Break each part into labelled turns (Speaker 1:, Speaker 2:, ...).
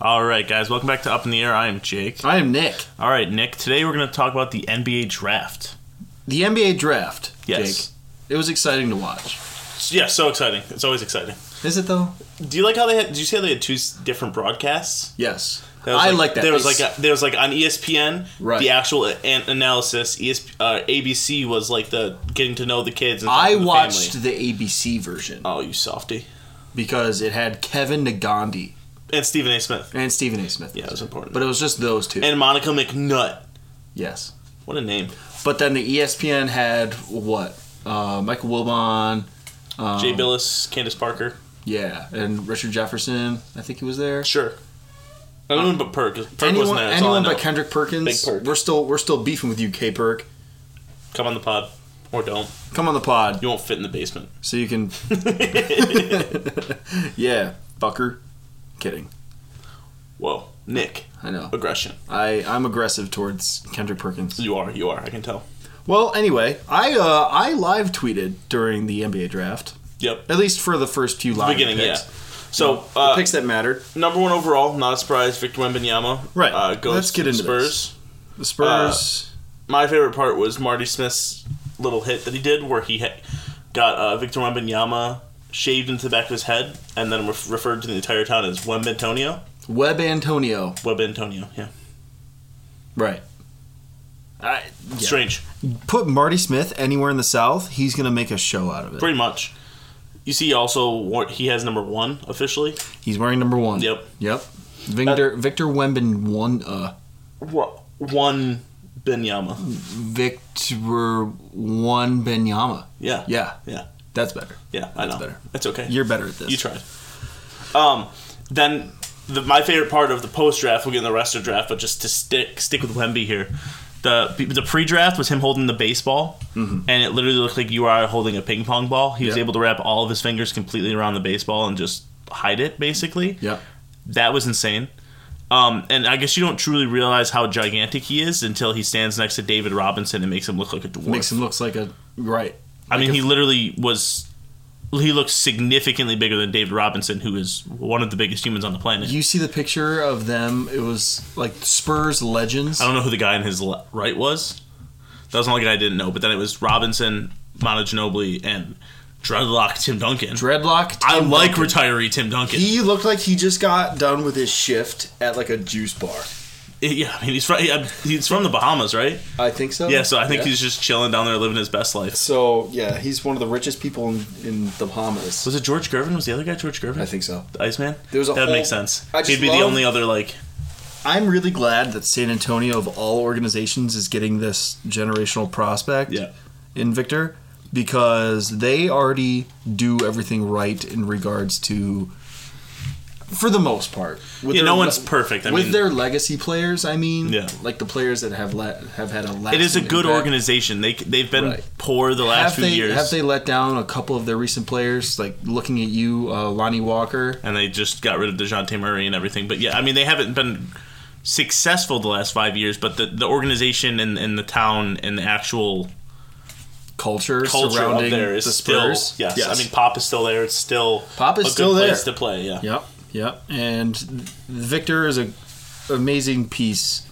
Speaker 1: All right, guys, welcome back to Up in the Air. I am Jake.
Speaker 2: I am Nick.
Speaker 1: All right, Nick, today we're going to talk about the NBA draft.
Speaker 2: The NBA draft.
Speaker 1: Yes.
Speaker 2: Jake. It was exciting to watch.
Speaker 1: Yeah, so exciting. It's always exciting.
Speaker 2: Is it though?
Speaker 1: Do you like how they had? Did you see how they had two s- different broadcasts?
Speaker 2: Yes.
Speaker 1: There was
Speaker 2: I like that.
Speaker 1: There was
Speaker 2: It's-
Speaker 1: like a, there was like on E ESPN,
Speaker 2: Right.
Speaker 1: the actual a- an- analysis. ESP, uh, ABC was like the getting to know the kids. And
Speaker 2: I
Speaker 1: talking to the
Speaker 2: watched
Speaker 1: family.
Speaker 2: the ABC version
Speaker 1: Oh, you softy!
Speaker 2: because it had Kevin Nagandi
Speaker 1: And Stephen A. Smith.
Speaker 2: and Stephen A. Smith.
Speaker 1: Yeah, it was important.
Speaker 2: But it was just those two.
Speaker 1: and Monica McNutt.
Speaker 2: yes.
Speaker 1: What a name.
Speaker 2: But then the E ESPN had what? Uh, Michael Wilbon. Um,
Speaker 1: Jay Billis, Candace Parker.
Speaker 2: Yeah, and Richard Jefferson. I think he was there.
Speaker 1: Sure. I don't know, but Perk. Perk
Speaker 2: Uh, anyone,
Speaker 1: wasn't there. That's all I
Speaker 2: anyone
Speaker 1: know.
Speaker 2: but Kendrick Perkins.
Speaker 1: Big Perk.
Speaker 2: We're still we're still beefing with you, K Perk.
Speaker 1: Come on the pod, or don't.
Speaker 2: Come on the pod.
Speaker 1: You won't fit in the basement.
Speaker 2: So you can. yeah, fucker. Kidding.
Speaker 1: Whoa, Nick,
Speaker 2: I know.
Speaker 1: aggression.
Speaker 2: I I'm aggressive towards Kendrick Perkins.
Speaker 1: You are, you are. I can tell.
Speaker 2: Well, anyway, I uh I live tweeted during the NBA draft,
Speaker 1: Yep.
Speaker 2: at least for the first few live
Speaker 1: Beginning,
Speaker 2: picks.
Speaker 1: yeah. So
Speaker 2: The
Speaker 1: uh,
Speaker 2: picks that mattered.
Speaker 1: number one overall, not a surprise. Victor Wembanyama.
Speaker 2: Right.
Speaker 1: Uh, goes
Speaker 2: Let's get
Speaker 1: to the
Speaker 2: into
Speaker 1: Spurs.
Speaker 2: this. The Spurs.
Speaker 1: My favorite part was Marty Smith's little hit that he did, where he ha- got uh, Victor Wembanyama shaved into the back of his head, and then re- referred to the entire town as Wembentonio.
Speaker 2: Web Antonio.
Speaker 1: Web Antonio. Yeah.
Speaker 2: Right. I, yeah.
Speaker 1: Strange.
Speaker 2: Put Marty Smith anywhere in the South, he's gonna make a show out of it.
Speaker 1: Pretty much. You see, also wa- he has number one officially.
Speaker 2: He's wearing number one.
Speaker 1: Yep.
Speaker 2: Yep. Victor Victor Wembin one uh
Speaker 1: What one Benyama?
Speaker 2: Victor one Benyama.
Speaker 1: Yeah.
Speaker 2: Yeah,
Speaker 1: Yeah.
Speaker 2: that's better.
Speaker 1: Yeah. I
Speaker 2: That's
Speaker 1: know.
Speaker 2: better.
Speaker 1: It's okay.
Speaker 2: You're better at this.
Speaker 1: you tried. Um, then the, my favorite part of the post draft, we'll get in the rest of the draft, but just to stick stick with Wemby here. The the pre draft was him holding the baseball, and it literally looked like you are holding a ping pong ball. He was
Speaker 2: Mm-hmm. Yeah.
Speaker 1: able to wrap all of his fingers completely around the baseball and just hide it, basically.
Speaker 2: Yep.
Speaker 1: That was insane. Um, and I guess you don't truly realize how gigantic he is until he stands next to David Robinson and makes him look like a dwarf.
Speaker 2: Makes him looks like a right.
Speaker 1: I mean,
Speaker 2: Like
Speaker 1: he literally was. He looks significantly bigger than David Robinson, who is one of the biggest humans on the planet.
Speaker 2: You see the picture of them. It was like Spurs legends.
Speaker 1: I don't know who the guy in his le- right was. That was the only guy I didn't know. But then it was Robinson, Mono Ginobili, and dreadlock Tim Duncan.
Speaker 2: Dreadlock.
Speaker 1: I
Speaker 2: Tim
Speaker 1: like
Speaker 2: Duncan.
Speaker 1: retiree Tim Duncan.
Speaker 2: He looked like he just got done with his shift at like a juice bar.
Speaker 1: yeah, I mean he's from he's from the Bahamas, right?
Speaker 2: I think so.
Speaker 1: Yeah, so I think he's just chilling down there, living his best life.
Speaker 2: So yeah, he's one of the richest people in, in the Bahamas.
Speaker 1: Was it George Gervin? Was the other guy George Gervin?
Speaker 2: I think so.
Speaker 1: the Iceman.
Speaker 2: There was a
Speaker 1: that would
Speaker 2: whole-
Speaker 1: make sense.
Speaker 2: I just
Speaker 1: He'd be the
Speaker 2: love-
Speaker 1: only other like
Speaker 2: I'm really glad that San Antonio of all organizations is getting this generational prospect
Speaker 1: Yeah.
Speaker 2: in Victor because they already do everything right in regards to for the most part. With
Speaker 1: Yeah,
Speaker 2: their
Speaker 1: no one's perfect. I
Speaker 2: with
Speaker 1: mean-
Speaker 2: their legacy players, I mean,
Speaker 1: Yeah.
Speaker 2: like the players that have let have had a
Speaker 1: It is a
Speaker 2: lasting
Speaker 1: good
Speaker 2: impact.
Speaker 1: organization. They they've been
Speaker 2: Right.
Speaker 1: poor the last
Speaker 2: have
Speaker 1: few
Speaker 2: they
Speaker 1: years,
Speaker 2: have they let down a couple of their recent players? Like looking at you, uh, Lonnie Walker.
Speaker 1: and they just got rid of Dejounte Murray and everything. But yeah, I mean they haven't been successful the last five years. But the, the organization and, and the town and the actual
Speaker 2: Culture,
Speaker 1: culture up
Speaker 2: surrounding
Speaker 1: there is
Speaker 2: the
Speaker 1: still
Speaker 2: Spurs.
Speaker 1: yes. I mean Pop is still there. It's still
Speaker 2: Pop is
Speaker 1: a
Speaker 2: still
Speaker 1: good
Speaker 2: there.
Speaker 1: place to play. Yeah,
Speaker 2: Yep, yep. And Victor is a amazing piece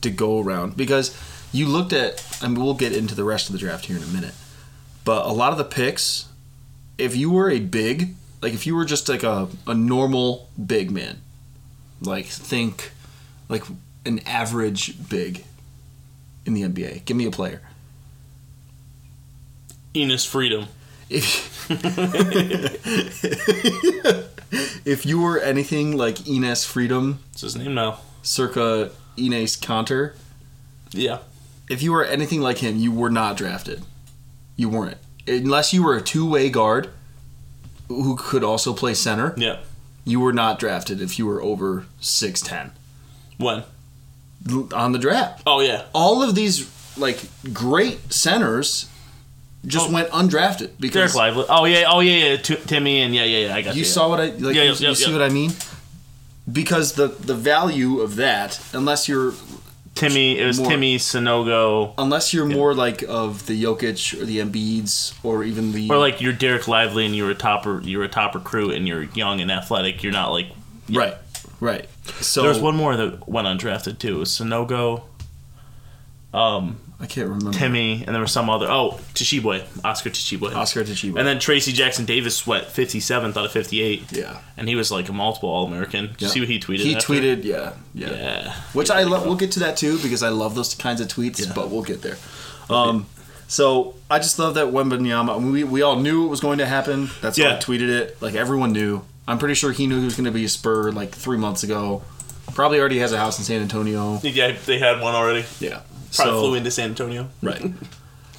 Speaker 2: to go around because you looked at. I mean, we'll get into the rest of the draft here in a minute, but a lot of the picks, if you were a big, like if you were just like a a normal big man, like think like an average big in the NBA. Give me a player.
Speaker 1: Enos Freedom.
Speaker 2: If if you were anything like Ines Freedom
Speaker 1: What's his name now?
Speaker 2: circa Ines Cantor.
Speaker 1: Yeah,
Speaker 2: If you were anything like him, you were not drafted. You weren't. Unless you were a two way guard who could also play center,
Speaker 1: yeah.
Speaker 2: you were not drafted if you were over 6'10
Speaker 1: When?
Speaker 2: L- on the draft.
Speaker 1: Oh yeah,
Speaker 2: All of these like great centers just
Speaker 1: Oh.
Speaker 2: went undrafted
Speaker 1: Derek
Speaker 2: because
Speaker 1: Lively. Oh yeah, oh yeah, yeah. T- Timmy and yeah, yeah, yeah. I got
Speaker 2: you
Speaker 1: you. yeah.
Speaker 2: saw what I like
Speaker 1: Yeah,
Speaker 2: you,
Speaker 1: yeah, yeah,
Speaker 2: you see
Speaker 1: yeah.
Speaker 2: what I mean? Because the the value of that, unless you're
Speaker 1: Timmy. It was
Speaker 2: More.
Speaker 1: Timmy Sonogo.
Speaker 2: unless you're more like of the Jokic or the Embiids or even the
Speaker 1: Or like you're Derek Lively and you're a topper, you're a top recruit and you're young and athletic. You're not like
Speaker 2: Right. Right. So
Speaker 1: There was one more that went undrafted too. It was Sonogo, um,
Speaker 2: I can't remember.
Speaker 1: Timmy, and there was some other. Oh, Toshibwe, Oscar Toshibwe.
Speaker 2: Oscar Tshiebwe.
Speaker 1: And then Tracy Jackson Davis went 57th out of 58.
Speaker 2: yeah.
Speaker 1: And he was like a multiple All American. Did you
Speaker 2: Yeah.
Speaker 1: see what he tweeted?
Speaker 2: He
Speaker 1: after?
Speaker 2: tweeted, yeah, yeah.
Speaker 1: Yeah.
Speaker 2: Which I love. We'll get to that too because I love those kinds of tweets,
Speaker 1: Yeah.
Speaker 2: but we'll get there. Um, so I just love that Wembanyama. I mean, we we all knew it was going to happen. That's why
Speaker 1: Yeah.
Speaker 2: I tweeted it. Like everyone knew. I'm pretty sure he knew he was going to be a Spur like three months ago. Probably already has a house in San Antonio.
Speaker 1: Yeah, they had one already.
Speaker 2: Yeah.
Speaker 1: Probably
Speaker 2: so,
Speaker 1: flew into San Antonio.
Speaker 2: Right.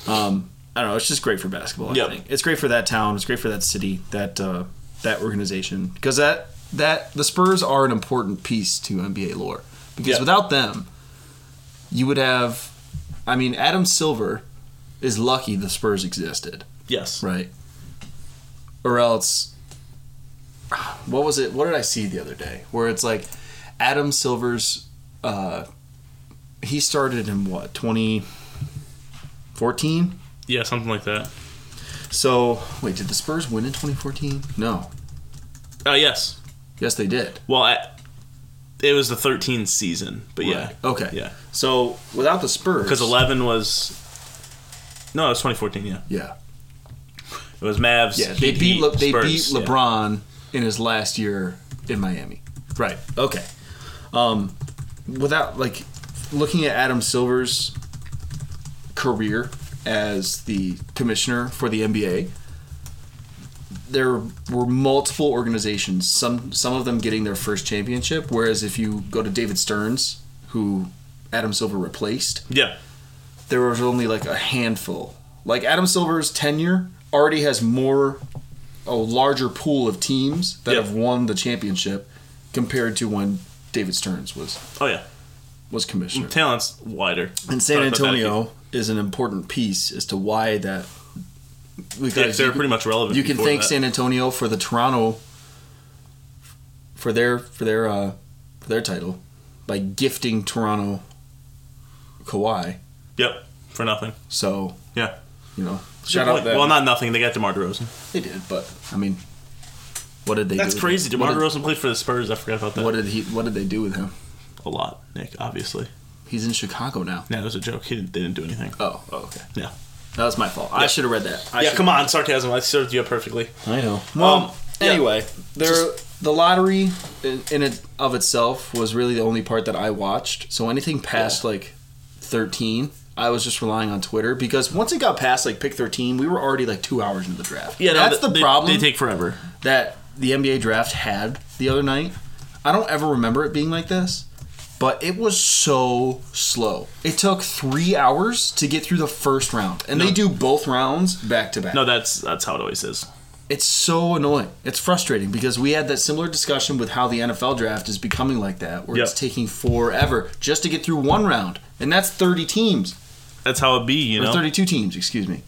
Speaker 2: Um, I don't know. It's just great for basketball. I
Speaker 1: Yep.
Speaker 2: think it's great for that town. It's great for that city. That uh, that organization because that that the Spurs are an important piece to NBA lore because
Speaker 1: Yeah.
Speaker 2: without them, you would have. I mean, Adam Silver is lucky the Spurs existed,
Speaker 1: Yes.
Speaker 2: right? Or else, what was it? What did I see the other day? Where it's like Adam Silver's. Uh, he started in what twenty fourteen.
Speaker 1: Yeah, something like that.
Speaker 2: So wait, did the Spurs win in 2014? No.
Speaker 1: Uh, yes.
Speaker 2: Yes, they did.
Speaker 1: Well, I, it was the 13th season, but yeah.
Speaker 2: Right. Okay.
Speaker 1: Yeah.
Speaker 2: So without the Spurs,
Speaker 1: Because 11 was. No, it was 2014, yeah.
Speaker 2: yeah,
Speaker 1: It was Mavs.
Speaker 2: yeah, they
Speaker 1: Heat,
Speaker 2: beat Le- they
Speaker 1: Spurs,
Speaker 2: beat
Speaker 1: yeah.
Speaker 2: LeBron in his last year in Miami. Right. Okay. Um, without like looking at Adam Silver's career as the commissioner for the NBA, there were multiple organizations. Some some of them getting their first championship. Whereas if you go to David Stearns, who Adam Silver replaced,
Speaker 1: Yeah.
Speaker 2: there was only like a handful. Like Adam Silver's tenure already has more, a larger pool of teams that
Speaker 1: Yeah.
Speaker 2: have won the championship compared to when David Stearns was
Speaker 1: Oh, yeah.
Speaker 2: was commissioner.
Speaker 1: Talent's wider.
Speaker 2: And San
Speaker 1: Sorry about that.
Speaker 2: Antonio is an important piece as to why that. Because
Speaker 1: Yeah, 'cause they
Speaker 2: you
Speaker 1: were
Speaker 2: can-
Speaker 1: pretty much relevant.
Speaker 2: you can
Speaker 1: before
Speaker 2: thank
Speaker 1: that.
Speaker 2: San Antonio for the Toronto for their for their uh for their title by gifting Toronto Kawhi.
Speaker 1: Yep. For nothing.
Speaker 2: So
Speaker 1: Yeah.
Speaker 2: you know, shout out that
Speaker 1: Well, not nothing. They got DeMar DeRozan.
Speaker 2: They did, but I mean, what did they?
Speaker 1: That's
Speaker 2: do with
Speaker 1: crazy.
Speaker 2: Him?
Speaker 1: DeMar
Speaker 2: What did-
Speaker 1: DeRozan played for the Spurs. I forgot about that.
Speaker 2: What did he? What did they do with him?
Speaker 1: a lot, Nick, obviously.
Speaker 2: He's in Chicago now.
Speaker 1: No, it was a joke. He didn't, they didn't do anything.
Speaker 2: Oh, oh, okay.
Speaker 1: Yeah.
Speaker 2: That was my fault. I
Speaker 1: Yeah.
Speaker 2: should have read that. I
Speaker 1: yeah,
Speaker 2: should-
Speaker 1: come on. Sarcasm. I served you up perfectly.
Speaker 2: I know. Well,
Speaker 1: Um, yeah.
Speaker 2: anyway, there the lottery in, in it of itself was really the only part that I watched. So anything past like thirteen, I was just relying on Twitter because once it got past like pick thirteen, we were already like two hours into the draft.
Speaker 1: Yeah, no,
Speaker 2: that's
Speaker 1: th-
Speaker 2: the
Speaker 1: they-
Speaker 2: problem.
Speaker 1: They take forever.
Speaker 2: that the NBA draft had the other night. I don't ever remember it being like this, but it was so slow. It took three hours to get through the first round, and they do both rounds back to back.
Speaker 1: No, that's that's how it always is.
Speaker 2: It's so annoying. It's frustrating because we had that similar discussion with how the NFL draft is becoming like that, where it's
Speaker 1: Yep.
Speaker 2: taking forever just to get through one round, and that's thirty teams
Speaker 1: That's how it be. You
Speaker 2: or
Speaker 1: know.
Speaker 2: thirty-two teams. Excuse me.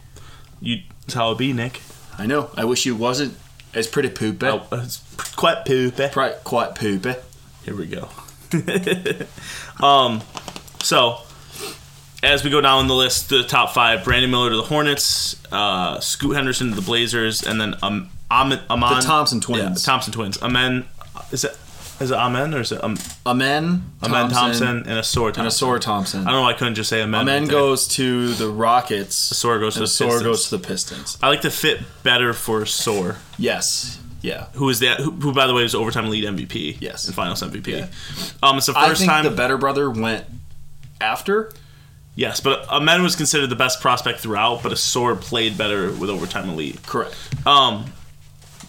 Speaker 1: You. That's how it be, Nick.
Speaker 2: I know. I wish it wasn't as pretty poopy.
Speaker 1: Oh, it's quite poopy.
Speaker 2: Pri- quite eh? poopy.
Speaker 1: Here we go. um, so as we go down the list, the top five: Brandon Miller to the Hornets, uh, Scoot Henderson to the Blazers, and then um, Amon, Amon
Speaker 2: The Thompson
Speaker 1: yeah,
Speaker 2: twins.
Speaker 1: Thompson twins. Amen. Is it is it Amen or is it um,
Speaker 2: Amen.
Speaker 1: Amen Thompson and Asor Thompson?
Speaker 2: and Asora Thompson.
Speaker 1: I don't know. why I couldn't just say Amen.
Speaker 2: Amen
Speaker 1: right there.
Speaker 2: goes to the Rockets.
Speaker 1: Asor goes to
Speaker 2: and
Speaker 1: the
Speaker 2: Asor
Speaker 1: Pistons.
Speaker 2: goes to the Pistons.
Speaker 1: I like the fit better for Sore,
Speaker 2: Yes. Yeah.
Speaker 1: who is that? Who, who, by the way, was overtime lead MVP.
Speaker 2: Yes.
Speaker 1: and Finals MVP.
Speaker 2: Yeah.
Speaker 1: Um, it's the
Speaker 2: I
Speaker 1: first
Speaker 2: think
Speaker 1: time.
Speaker 2: the better brother went after.
Speaker 1: Yes, but Amen was considered the best prospect throughout, but Asor played better with overtime elite.
Speaker 2: Correct.
Speaker 1: Um,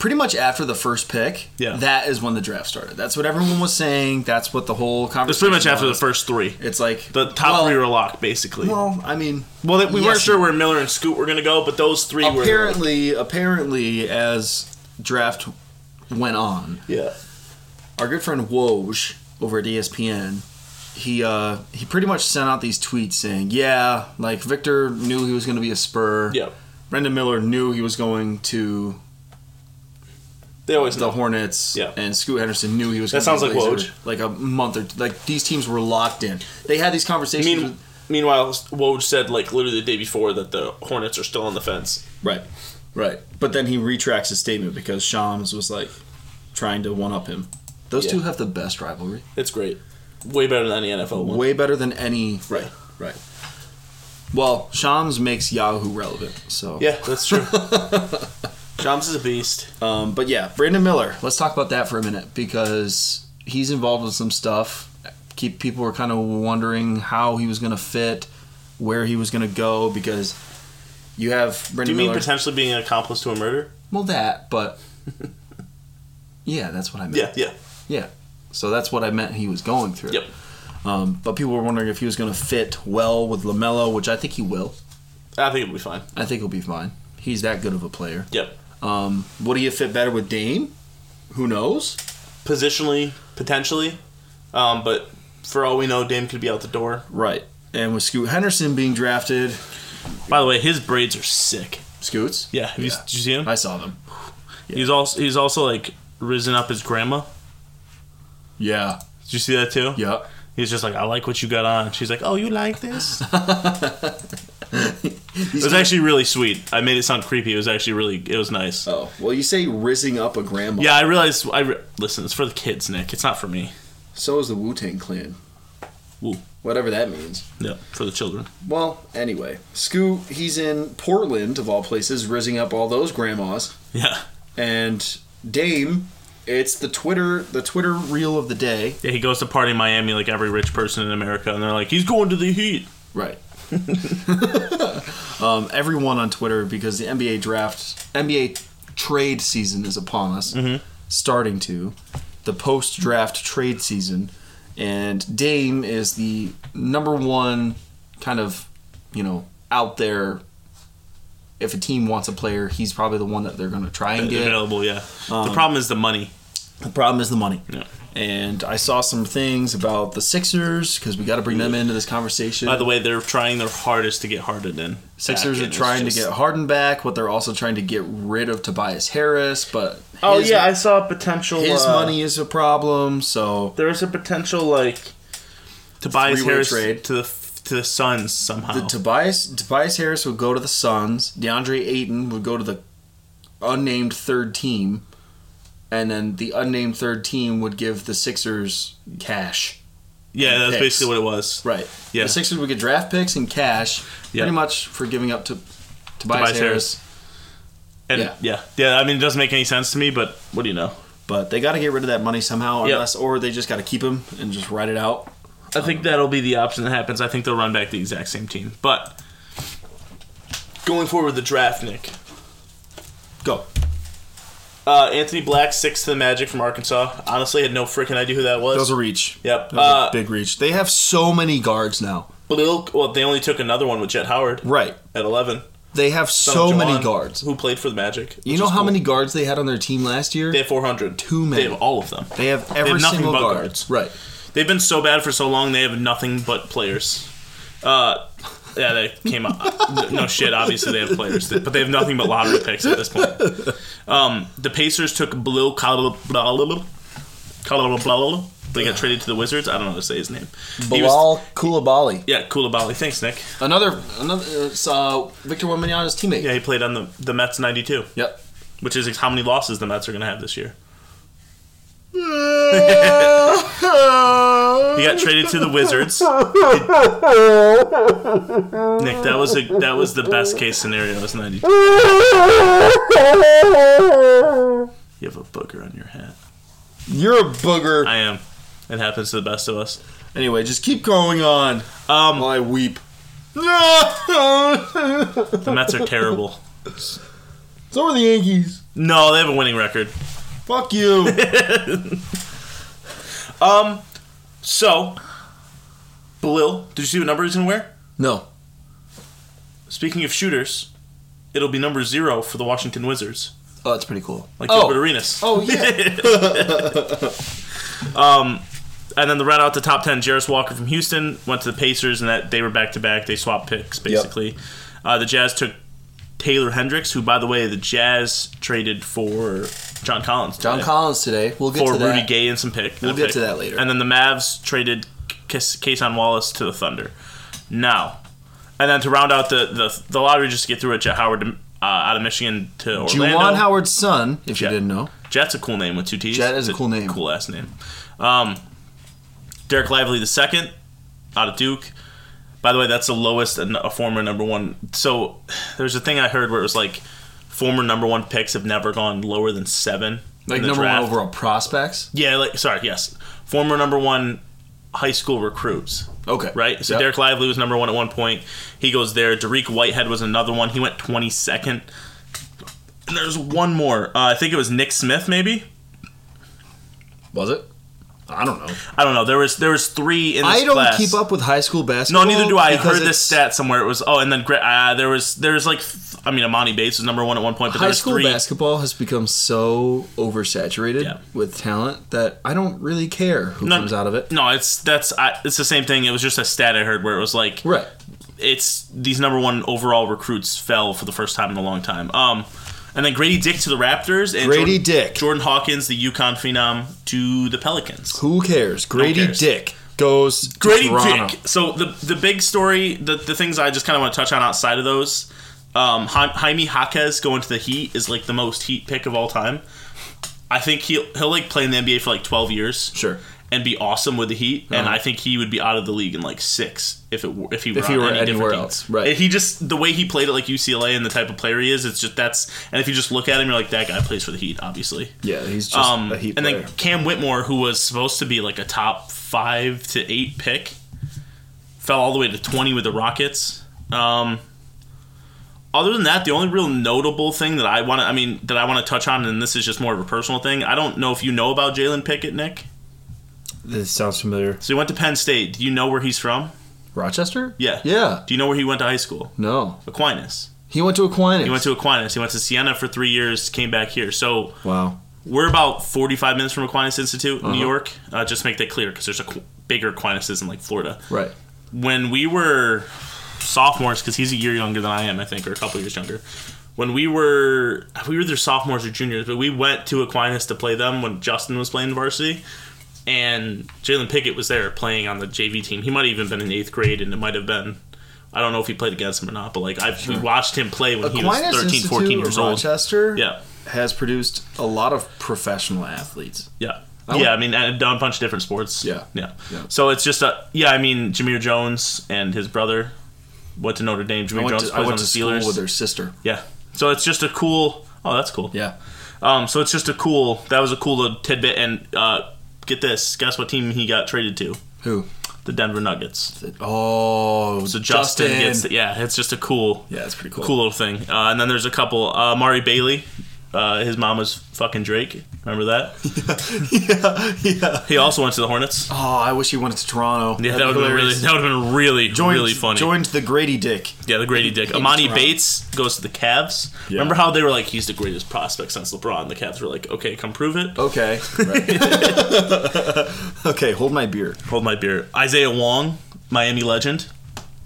Speaker 2: Pretty much after the first pick.
Speaker 1: Yeah.
Speaker 2: That is when the draft started. That's what everyone was saying. That's what the whole
Speaker 1: it's
Speaker 2: conversation.
Speaker 1: pretty much after the
Speaker 2: was.
Speaker 1: first three.
Speaker 2: It's like
Speaker 1: The top
Speaker 2: well,
Speaker 1: three were locked, basically. Well,
Speaker 2: Well, I mean,
Speaker 1: that- we weren't
Speaker 2: yes.
Speaker 1: sure where Miller and Scoot were going to go, but those three were.
Speaker 2: apparently, apparently, as draft went on,
Speaker 1: Yeah.
Speaker 2: our good friend Woj over at E ESPN, he uh, he pretty much sent out these tweets saying, "Yeah, like Victor knew he was going to be a Spur.
Speaker 1: Yeah.
Speaker 2: Brendan Miller knew he was going to
Speaker 1: They always
Speaker 2: the
Speaker 1: know.
Speaker 2: Hornets.
Speaker 1: Yeah.
Speaker 2: And Scoot Henderson knew he was.
Speaker 1: That
Speaker 2: gonna be
Speaker 1: sounds like
Speaker 2: Blazer, Like a month or like these teams were locked in. They had these conversations.
Speaker 1: Mean,
Speaker 2: with-
Speaker 1: meanwhile, Woj said, like, literally the day before that the Hornets are still on the fence.
Speaker 2: right, right. But then he retracts his statement because Shams was like trying to one up him. Those
Speaker 1: Yeah.
Speaker 2: two have the best rivalry.
Speaker 1: It's great. Way better than any NFL one.
Speaker 2: Way better than any.
Speaker 1: Right.
Speaker 2: Right. Well, Shams makes Yahoo relevant. So.
Speaker 1: Yeah, that's true. Shams is a beast.
Speaker 2: Um, but yeah, Brandon Miller. Let's talk about that for a minute because he's involved with some stuff. Keep people were kind of wondering how he was going to fit, where he was going to go because you have
Speaker 1: Do
Speaker 2: Brandon
Speaker 1: you mean
Speaker 2: Miller.
Speaker 1: potentially being an accomplice to a murder?
Speaker 2: well, that, but yeah, that's what I meant.
Speaker 1: Yeah, yeah,
Speaker 2: yeah. So that's what I meant. He was going through.
Speaker 1: yep.
Speaker 2: Um, but people were wondering if he was going to fit well with Lamelo, which I think he will.
Speaker 1: I think it'll be fine.
Speaker 2: I think he'll be fine. He's that good of a player.
Speaker 1: Yep.
Speaker 2: Um, would he fit better with Dame? Who knows?
Speaker 1: Positionally, potentially, um, but for all we know, Dame could be out the door.
Speaker 2: Right. And with Scoot Henderson being drafted,
Speaker 1: By the way, his braids are sick.
Speaker 2: Scoots.
Speaker 1: Yeah, have you- did you see him?
Speaker 2: I saw them.
Speaker 1: He's also he's also like risen up his grandma.
Speaker 2: Yeah.
Speaker 1: Did you see that too?
Speaker 2: Yeah.
Speaker 1: He's just like, I like what you got on. She's like, Oh, you like this? it was actually really sweet. I made it sound creepy. It was actually really it was nice.
Speaker 2: Oh well, you say rizzing up a grandma.
Speaker 1: Yeah, I realized. I re- listen. It's for the kids, Nick. It's not for me.
Speaker 2: So is the Wu Tang Clan.
Speaker 1: Woo.
Speaker 2: Whatever that means.
Speaker 1: Yeah, for the children.
Speaker 2: Well, anyway, Scoot. He's in Portland of all places, rizzing up all those grandmas.
Speaker 1: Yeah,
Speaker 2: And Dame, it's the Twitter the Twitter reel of the day.
Speaker 1: yeah. He goes to party in Miami like every rich person in America, and they're like, he's going to the Heat.
Speaker 2: Right. um, everyone on Twitter because the NBA draft, NBA trade season is upon us,
Speaker 1: Mm-hmm.
Speaker 2: starting to the post draft trade season, and Dame is the number one kind of you know out there. If a team wants a player, he's probably the one that they're going to try and get. Um,
Speaker 1: Available. Yeah. the problem is the money.
Speaker 2: The problem is the money.
Speaker 1: Yeah.
Speaker 2: And I saw some things about the Sixers because we got to bring
Speaker 1: Mm.
Speaker 2: them into this conversation.
Speaker 1: By the way, they're trying their hardest to get Harden in. Back,
Speaker 2: Sixers are
Speaker 1: and it's
Speaker 2: trying
Speaker 1: just-
Speaker 2: to get Harden back, but they're also trying to get rid of Tobias Harris. But
Speaker 1: Oh
Speaker 2: his,
Speaker 1: yeah, I saw a potential.
Speaker 2: his
Speaker 1: uh,
Speaker 2: money is a problem. So
Speaker 1: There's a potential like Tobias
Speaker 2: Three-way
Speaker 1: Harris
Speaker 2: trade.
Speaker 1: to the to the Suns somehow.
Speaker 2: the Tobias Tobias Harris would go to the Suns. DeAndre Ayton would go to the unnamed third team, and then the unnamed third team would give the Sixers cash.
Speaker 1: yeah, that's
Speaker 2: picks.
Speaker 1: basically what it was.
Speaker 2: Right.
Speaker 1: Yeah.
Speaker 2: The Sixers would get draft picks and cash,
Speaker 1: Yeah.
Speaker 2: pretty much for giving up to Tobias,
Speaker 1: Tobias
Speaker 2: Harris.
Speaker 1: Harris. And
Speaker 2: Yeah.
Speaker 1: yeah. yeah, I mean, it doesn't make any sense to me, but what do you know?
Speaker 2: But they got to get rid of that money somehow,
Speaker 1: Yeah.
Speaker 2: unless or they just got to keep him and just ride it out.
Speaker 1: I think that'll be the option that happens. I think they'll run back the exact same team. But going forward, with the draft, Nick.
Speaker 2: Go.
Speaker 1: Uh, Anthony Black, sixth to the Magic from Arkansas. Honestly, had no freaking idea who that was.
Speaker 2: That was a reach.
Speaker 1: Yep.
Speaker 2: That was
Speaker 1: Uh,
Speaker 2: a big reach. They have so many guards now.
Speaker 1: But it'll- well, they only took another one with Jet Howard
Speaker 2: Right.
Speaker 1: at 11.
Speaker 2: They have
Speaker 1: Son
Speaker 2: so
Speaker 1: of
Speaker 2: many
Speaker 1: Juwan,
Speaker 2: guards.
Speaker 1: Who played for the Magic.
Speaker 2: You
Speaker 1: which
Speaker 2: know
Speaker 1: is
Speaker 2: how
Speaker 1: cool.
Speaker 2: many guards they had on their team last year?
Speaker 1: They have 400.
Speaker 2: Too many.
Speaker 1: They have all of them.
Speaker 2: They have every
Speaker 1: nothing
Speaker 2: single
Speaker 1: but
Speaker 2: guard.
Speaker 1: guards.
Speaker 2: Right.
Speaker 1: They've been so bad for so long, they have nothing but players. Uh, yeah, they came up. no shit, obviously they have players, but they have nothing but lottery picks at this point. Um, the Pacers took Blue Colorado. They got traded to the Wizards. I don't know how to say his name. He was-
Speaker 2: Bilal Koulibaly.
Speaker 1: yeah, Koulibaly. Thanks, Nick.
Speaker 2: Another another uh, it's, uh, Victor Wembanyama's teammate.
Speaker 1: Yeah, he played on the, the Mets 92,
Speaker 2: Yep.
Speaker 1: which is how many losses the Mets are going to have this year. He got traded to the Wizards. Nick, that was a that was the best case scenario. Was ninety two. You have a booger on your hat.
Speaker 2: You're a booger.
Speaker 1: I am. It happens to the best of us.
Speaker 2: Anyway, just keep going on
Speaker 1: Um,
Speaker 2: while I weep. so
Speaker 1: the Mets are terrible.
Speaker 2: are the Yankees.
Speaker 1: No, they have a winning record.
Speaker 2: Fuck you.
Speaker 1: So, Belil, did you see what number he's gonna wear?
Speaker 2: no.
Speaker 1: Speaking of shooters, it'll be number zero for the Washington Wizards,
Speaker 2: Oh, that's pretty cool.
Speaker 1: like
Speaker 2: oh.
Speaker 1: Gilbert Arenas.
Speaker 2: Oh yeah.
Speaker 1: Um, And then the red out the top ten. Jarris Walker from Houston went to the Pacers, and that they were back to back. They swapped picks basically. Uh, the Jazz took Taylor Hendricks, who, by the way, the Jazz traded for John Collins.
Speaker 2: John
Speaker 1: today.
Speaker 2: Collins today. We'll get
Speaker 1: for
Speaker 2: to that.
Speaker 1: Rudy Gay and some pick. We'll
Speaker 2: get to that later.
Speaker 1: And then the Mavs traded Caseon Wallace to the Thunder. Now, and then to round out the the, the lottery, just to get through it, Jet Howard uh, out of Michigan to Orlando.
Speaker 2: Juwan Howard's son, if
Speaker 1: Yeah.
Speaker 2: you didn't know.
Speaker 1: Jet's a cool name with two T's.
Speaker 2: Jet is
Speaker 1: It's
Speaker 2: a cool name.
Speaker 1: Cool ass name. Um, Derek Lively the second out of Duke. By the way, that's the lowest and a former number one. So there's a thing I heard where it was like former number one picks have never gone lower than seven.
Speaker 2: Like
Speaker 1: in the
Speaker 2: number
Speaker 1: draft.
Speaker 2: one overall prospects.
Speaker 1: Yeah, like sorry, yes, former number one high school recruits.
Speaker 2: Okay.
Speaker 1: Right, so
Speaker 2: Yep.
Speaker 1: Derek Lively was number one at one point. He goes there. Derek Whitehead was another one. He went twenty second. And there's one more. Uh, I think it was Nick Smith, maybe.
Speaker 2: was it? I don't know.
Speaker 1: I don't know. There was there was three in this
Speaker 2: I don't
Speaker 1: class.
Speaker 2: keep up with high school
Speaker 1: No,
Speaker 2: basketball.
Speaker 1: neither do I. I
Speaker 2: because
Speaker 1: heard this
Speaker 2: it's-
Speaker 1: stat somewhere. It was oh, and then Gra- uh, there was there was like th- I mean, Amani Bates was number one at one point, but there
Speaker 2: High
Speaker 1: was
Speaker 2: school
Speaker 1: three.
Speaker 2: basketball has become so oversaturated
Speaker 1: Yeah.
Speaker 2: with talent that I don't really care who
Speaker 1: No,
Speaker 2: comes out of it.
Speaker 1: No, it's that's I, it's the same thing. It was just a stat I heard where it was like
Speaker 2: Right.
Speaker 1: it's these number one overall recruits fell for the first time in a long time. Um, and then Grady Dick to the Raptors and
Speaker 2: Grady
Speaker 1: Jordan,
Speaker 2: Dick.
Speaker 1: Jordan Hawkins, the Yukon phenom, to the Pelicans.
Speaker 2: Who cares? Grady
Speaker 1: cares?
Speaker 2: Dick goes to
Speaker 1: Grady
Speaker 2: Toronto.
Speaker 1: Dick. So the the big story, the the things I just kind of want to touch on outside of those, um, Ja- Jaime Jaquez going to the Heat is like the most Heat pick of all time. I think he'll he'll like play in the NBA for like twelve years.
Speaker 2: Sure. Uh-huh.
Speaker 1: And be awesome with the Heat, and I think he would be out of the league in like six if it were, if he were,
Speaker 2: If he
Speaker 1: on
Speaker 2: were
Speaker 1: any different
Speaker 2: anywhere
Speaker 1: team.
Speaker 2: else, right.
Speaker 1: He just the way he played at like UCLA and the type of player he is, it's just that's. And if you just look at him, you're like that guy plays for the Heat, obviously.
Speaker 2: Yeah, he's just
Speaker 1: Um,
Speaker 2: a heat
Speaker 1: and
Speaker 2: player.
Speaker 1: then Cam Whitmore, who was supposed to be like a top five to eight pick, fell all the way to twenty with the Rockets. Um, other than that, the only real notable thing that I want to, I mean, that I want to touch on, and this is just more of a personal thing. I don't know if you know about Jalen Pickett, Nick.
Speaker 2: this sounds familiar.
Speaker 1: So he went to Penn State. Do you know where he's from?
Speaker 2: Rochester?
Speaker 1: Yeah.
Speaker 2: Yeah.
Speaker 1: Do you know where he went to high school?
Speaker 2: No.
Speaker 1: Aquinas.
Speaker 2: He went to Aquinas.
Speaker 1: He went to Aquinas. He went to Siena for three years. Came back here. So
Speaker 2: Wow.
Speaker 1: We're about 45 minutes from Aquinas Institute in New York. Uh, just to make that clear because there's a qu- bigger Aquinas in like Florida.
Speaker 2: Right.
Speaker 1: When we were sophomores, because he's a year younger than I am, I think, or a couple years younger. When we were we were their sophomores or juniors, but we went to Aquinas to play them when Justin was playing varsity, and Jalen Pickett was there playing on the JV team. He might have even been in eighth grade, and it might have been. I don't know if he played against him or not, but like I've we watched him play when he was 13, 14 years old.
Speaker 2: Rochester
Speaker 1: Yeah.
Speaker 2: has produced a lot of professional athletes.
Speaker 1: Yeah.
Speaker 2: I
Speaker 1: yeah,
Speaker 2: like-
Speaker 1: I mean, I've done a bunch of different sports.
Speaker 2: Yeah.
Speaker 1: Yeah.
Speaker 2: Yeah.
Speaker 1: So it's just a, yeah, I mean, Jameer Jones and his brother went to Notre Dame.
Speaker 2: I
Speaker 1: Jameer
Speaker 2: went
Speaker 1: Jones
Speaker 2: to, I
Speaker 1: plays on
Speaker 2: went
Speaker 1: the
Speaker 2: to school
Speaker 1: Steelers.
Speaker 2: with their sister.
Speaker 1: yeah. So it's just a cool, oh, that's cool.
Speaker 2: Yeah.
Speaker 1: Um, so it's just a cool, that was a cool little tidbit. And uh, get this, guess what team he got traded to?
Speaker 2: Who?
Speaker 1: The Denver Nuggets.
Speaker 2: Oh,
Speaker 1: So Justin, gets, the, yeah, it's just a cool,
Speaker 2: yeah, that's pretty cool.
Speaker 1: cool little thing. Uh, and then there's a couple, uh, Mari Bailey. Uh, his mom was fucking Drake. Remember that?
Speaker 2: yeah, yeah.
Speaker 1: He also went to the Hornets.
Speaker 2: Oh, I wish he went to Toronto.
Speaker 1: Yeah, that would have been really, that would have been really,
Speaker 2: joined,
Speaker 1: really funny.
Speaker 2: Joined the Grady Dick.
Speaker 1: yeah, the Grady Dick.
Speaker 2: He was
Speaker 1: Amani
Speaker 2: Toronto.
Speaker 1: Bates goes to the Cavs.
Speaker 2: Yeah.
Speaker 1: Remember how they were like, he's the greatest prospect since LeBron. The Cavs were like, okay, come prove it.
Speaker 2: Okay. right. okay, hold my beer.
Speaker 1: Hold my beer. Isaiah Wong, Miami legend,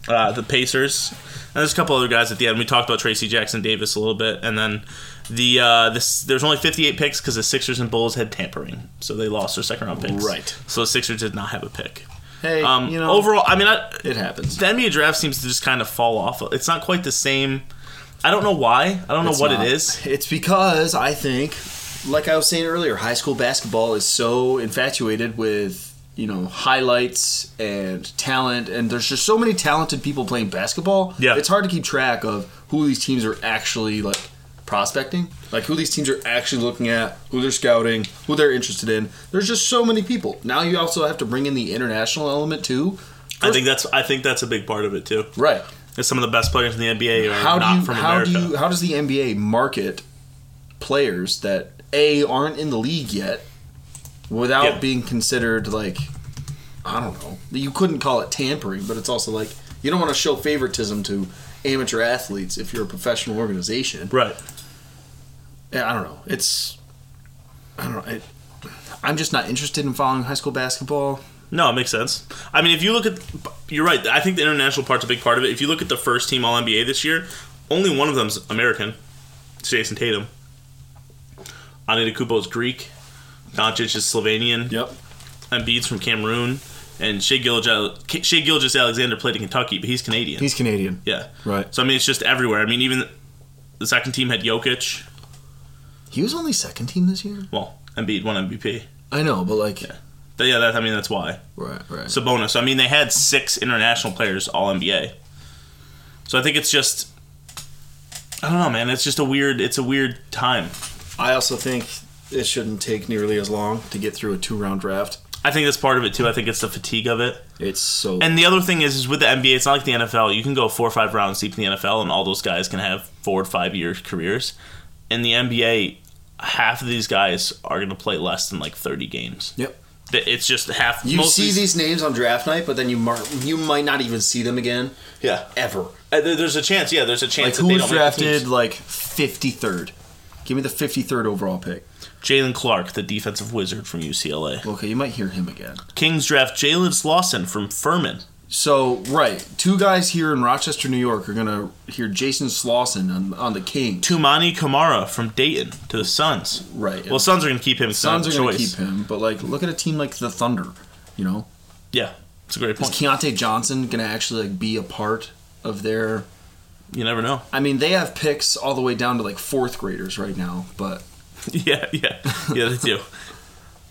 Speaker 1: uh, the Pacers. And there's a couple other guys at the end. We talked about Tracy Jackson Davis a little bit, and then the uh, this there's only 58 picks because the Sixers and Bulls had tampering, so they lost their second round picks.
Speaker 2: Right.
Speaker 1: So the Sixers did not have a pick.
Speaker 2: Hey,
Speaker 1: Um,
Speaker 2: you know,
Speaker 1: overall, I mean, I,
Speaker 2: it happens.
Speaker 1: the NBA draft seems to just kind of fall off. It's not quite the same. I don't know why. I don't know
Speaker 2: It's
Speaker 1: what
Speaker 2: not-
Speaker 1: it is.
Speaker 2: It's because I think, like I was saying earlier, high school basketball is so infatuated with you know highlights and talent, and there's just so many talented people playing basketball.
Speaker 1: Yeah.
Speaker 2: it's hard to keep track of who these teams are actually like prospecting, like who these teams are actually looking at, who they're scouting, who they're interested in. There's just so many people. Now you also have to bring in the international element too.
Speaker 1: I think that's I think that's a big part of it too.
Speaker 2: Right.
Speaker 1: Is some of the best players in the NBA are
Speaker 2: how
Speaker 1: not
Speaker 2: do you,
Speaker 1: from
Speaker 2: how
Speaker 1: America.
Speaker 2: do you, how does the NBA market players that a aren't in the league yet without
Speaker 1: Yeah.
Speaker 2: being considered like I don't know you couldn't call it tampering but it's also like you don't want to show favoritism to amateur athletes if you're a professional organization
Speaker 1: right.
Speaker 2: Yeah, I don't know it's I don't know it, I'm just not interested in following high school basketball
Speaker 1: No, it makes sense. I mean, if you look at, you're right. I think the international part's a big part of it. If you look at the first team All NBA this year, only one of them's American. It's Jason Tatum. Antetokounmpo is Greek. Doncic is Slovenian.
Speaker 2: yep
Speaker 1: Embiid's from Cameroon. And Shea Gilgis, Shea Gilgis Alexander played in Kentucky, but he's Canadian.
Speaker 2: he's Canadian
Speaker 1: yeah.
Speaker 2: right
Speaker 1: So I mean, it's just everywhere. I mean, even the second team had Jokic.
Speaker 2: He was only second team this year.
Speaker 1: Well, Embiid won MVP.
Speaker 2: I know, but like,
Speaker 1: But yeah, that I mean that's why.
Speaker 2: right, right.
Speaker 1: Sabonis. I mean, they had six international players all NBA. So I think it's just, I don't know, man. It's just a weird. It's a weird time.
Speaker 2: I also think it shouldn't take nearly as long to get through a two-round draft.
Speaker 1: I think that's part of it too. I think it's the fatigue of it.
Speaker 2: It's so
Speaker 1: And the other thing is, is with the NBA, it's not like the NFL. You can go four or five rounds deep in the NFL, and all those guys can have four or five year careers. In the NBA, half of these guys are going to play less than like thirty games.
Speaker 2: yep.
Speaker 1: Th- It's just half.
Speaker 2: You
Speaker 1: most of
Speaker 2: see these names on draft night, but then you mark you might not even see them again
Speaker 1: yeah.
Speaker 2: ever.
Speaker 1: Uh, there- There's a chance. Yeah, there's a
Speaker 2: Like
Speaker 1: chance. that
Speaker 2: who
Speaker 1: they
Speaker 2: was
Speaker 1: don't make the teams.
Speaker 2: drafted like fifty third? Give me the fifty third overall pick.
Speaker 1: Jalen Clark, the defensive wizard from UCLA.
Speaker 2: Okay, you might hear him again.
Speaker 1: Kings draft Jalen Lawson from Furman.
Speaker 2: So right, two guys here in Rochester, New York, are gonna hear Jason Slauson on, on the King.
Speaker 1: Tumani Kamara from Dayton to the Suns.
Speaker 2: Right.
Speaker 1: Well, Suns are going to keep him.
Speaker 2: Suns are
Speaker 1: going
Speaker 2: gonna keep him, but like look at a team like the Thunder. You know,
Speaker 1: Yeah, it's a great
Speaker 2: is
Speaker 1: point.
Speaker 2: Keontae Johnson gonna actually like be a part of their?
Speaker 1: you never know.
Speaker 2: I mean, they have picks all the way down to like fourth graders right now, but
Speaker 1: yeah, yeah, yeah. They do.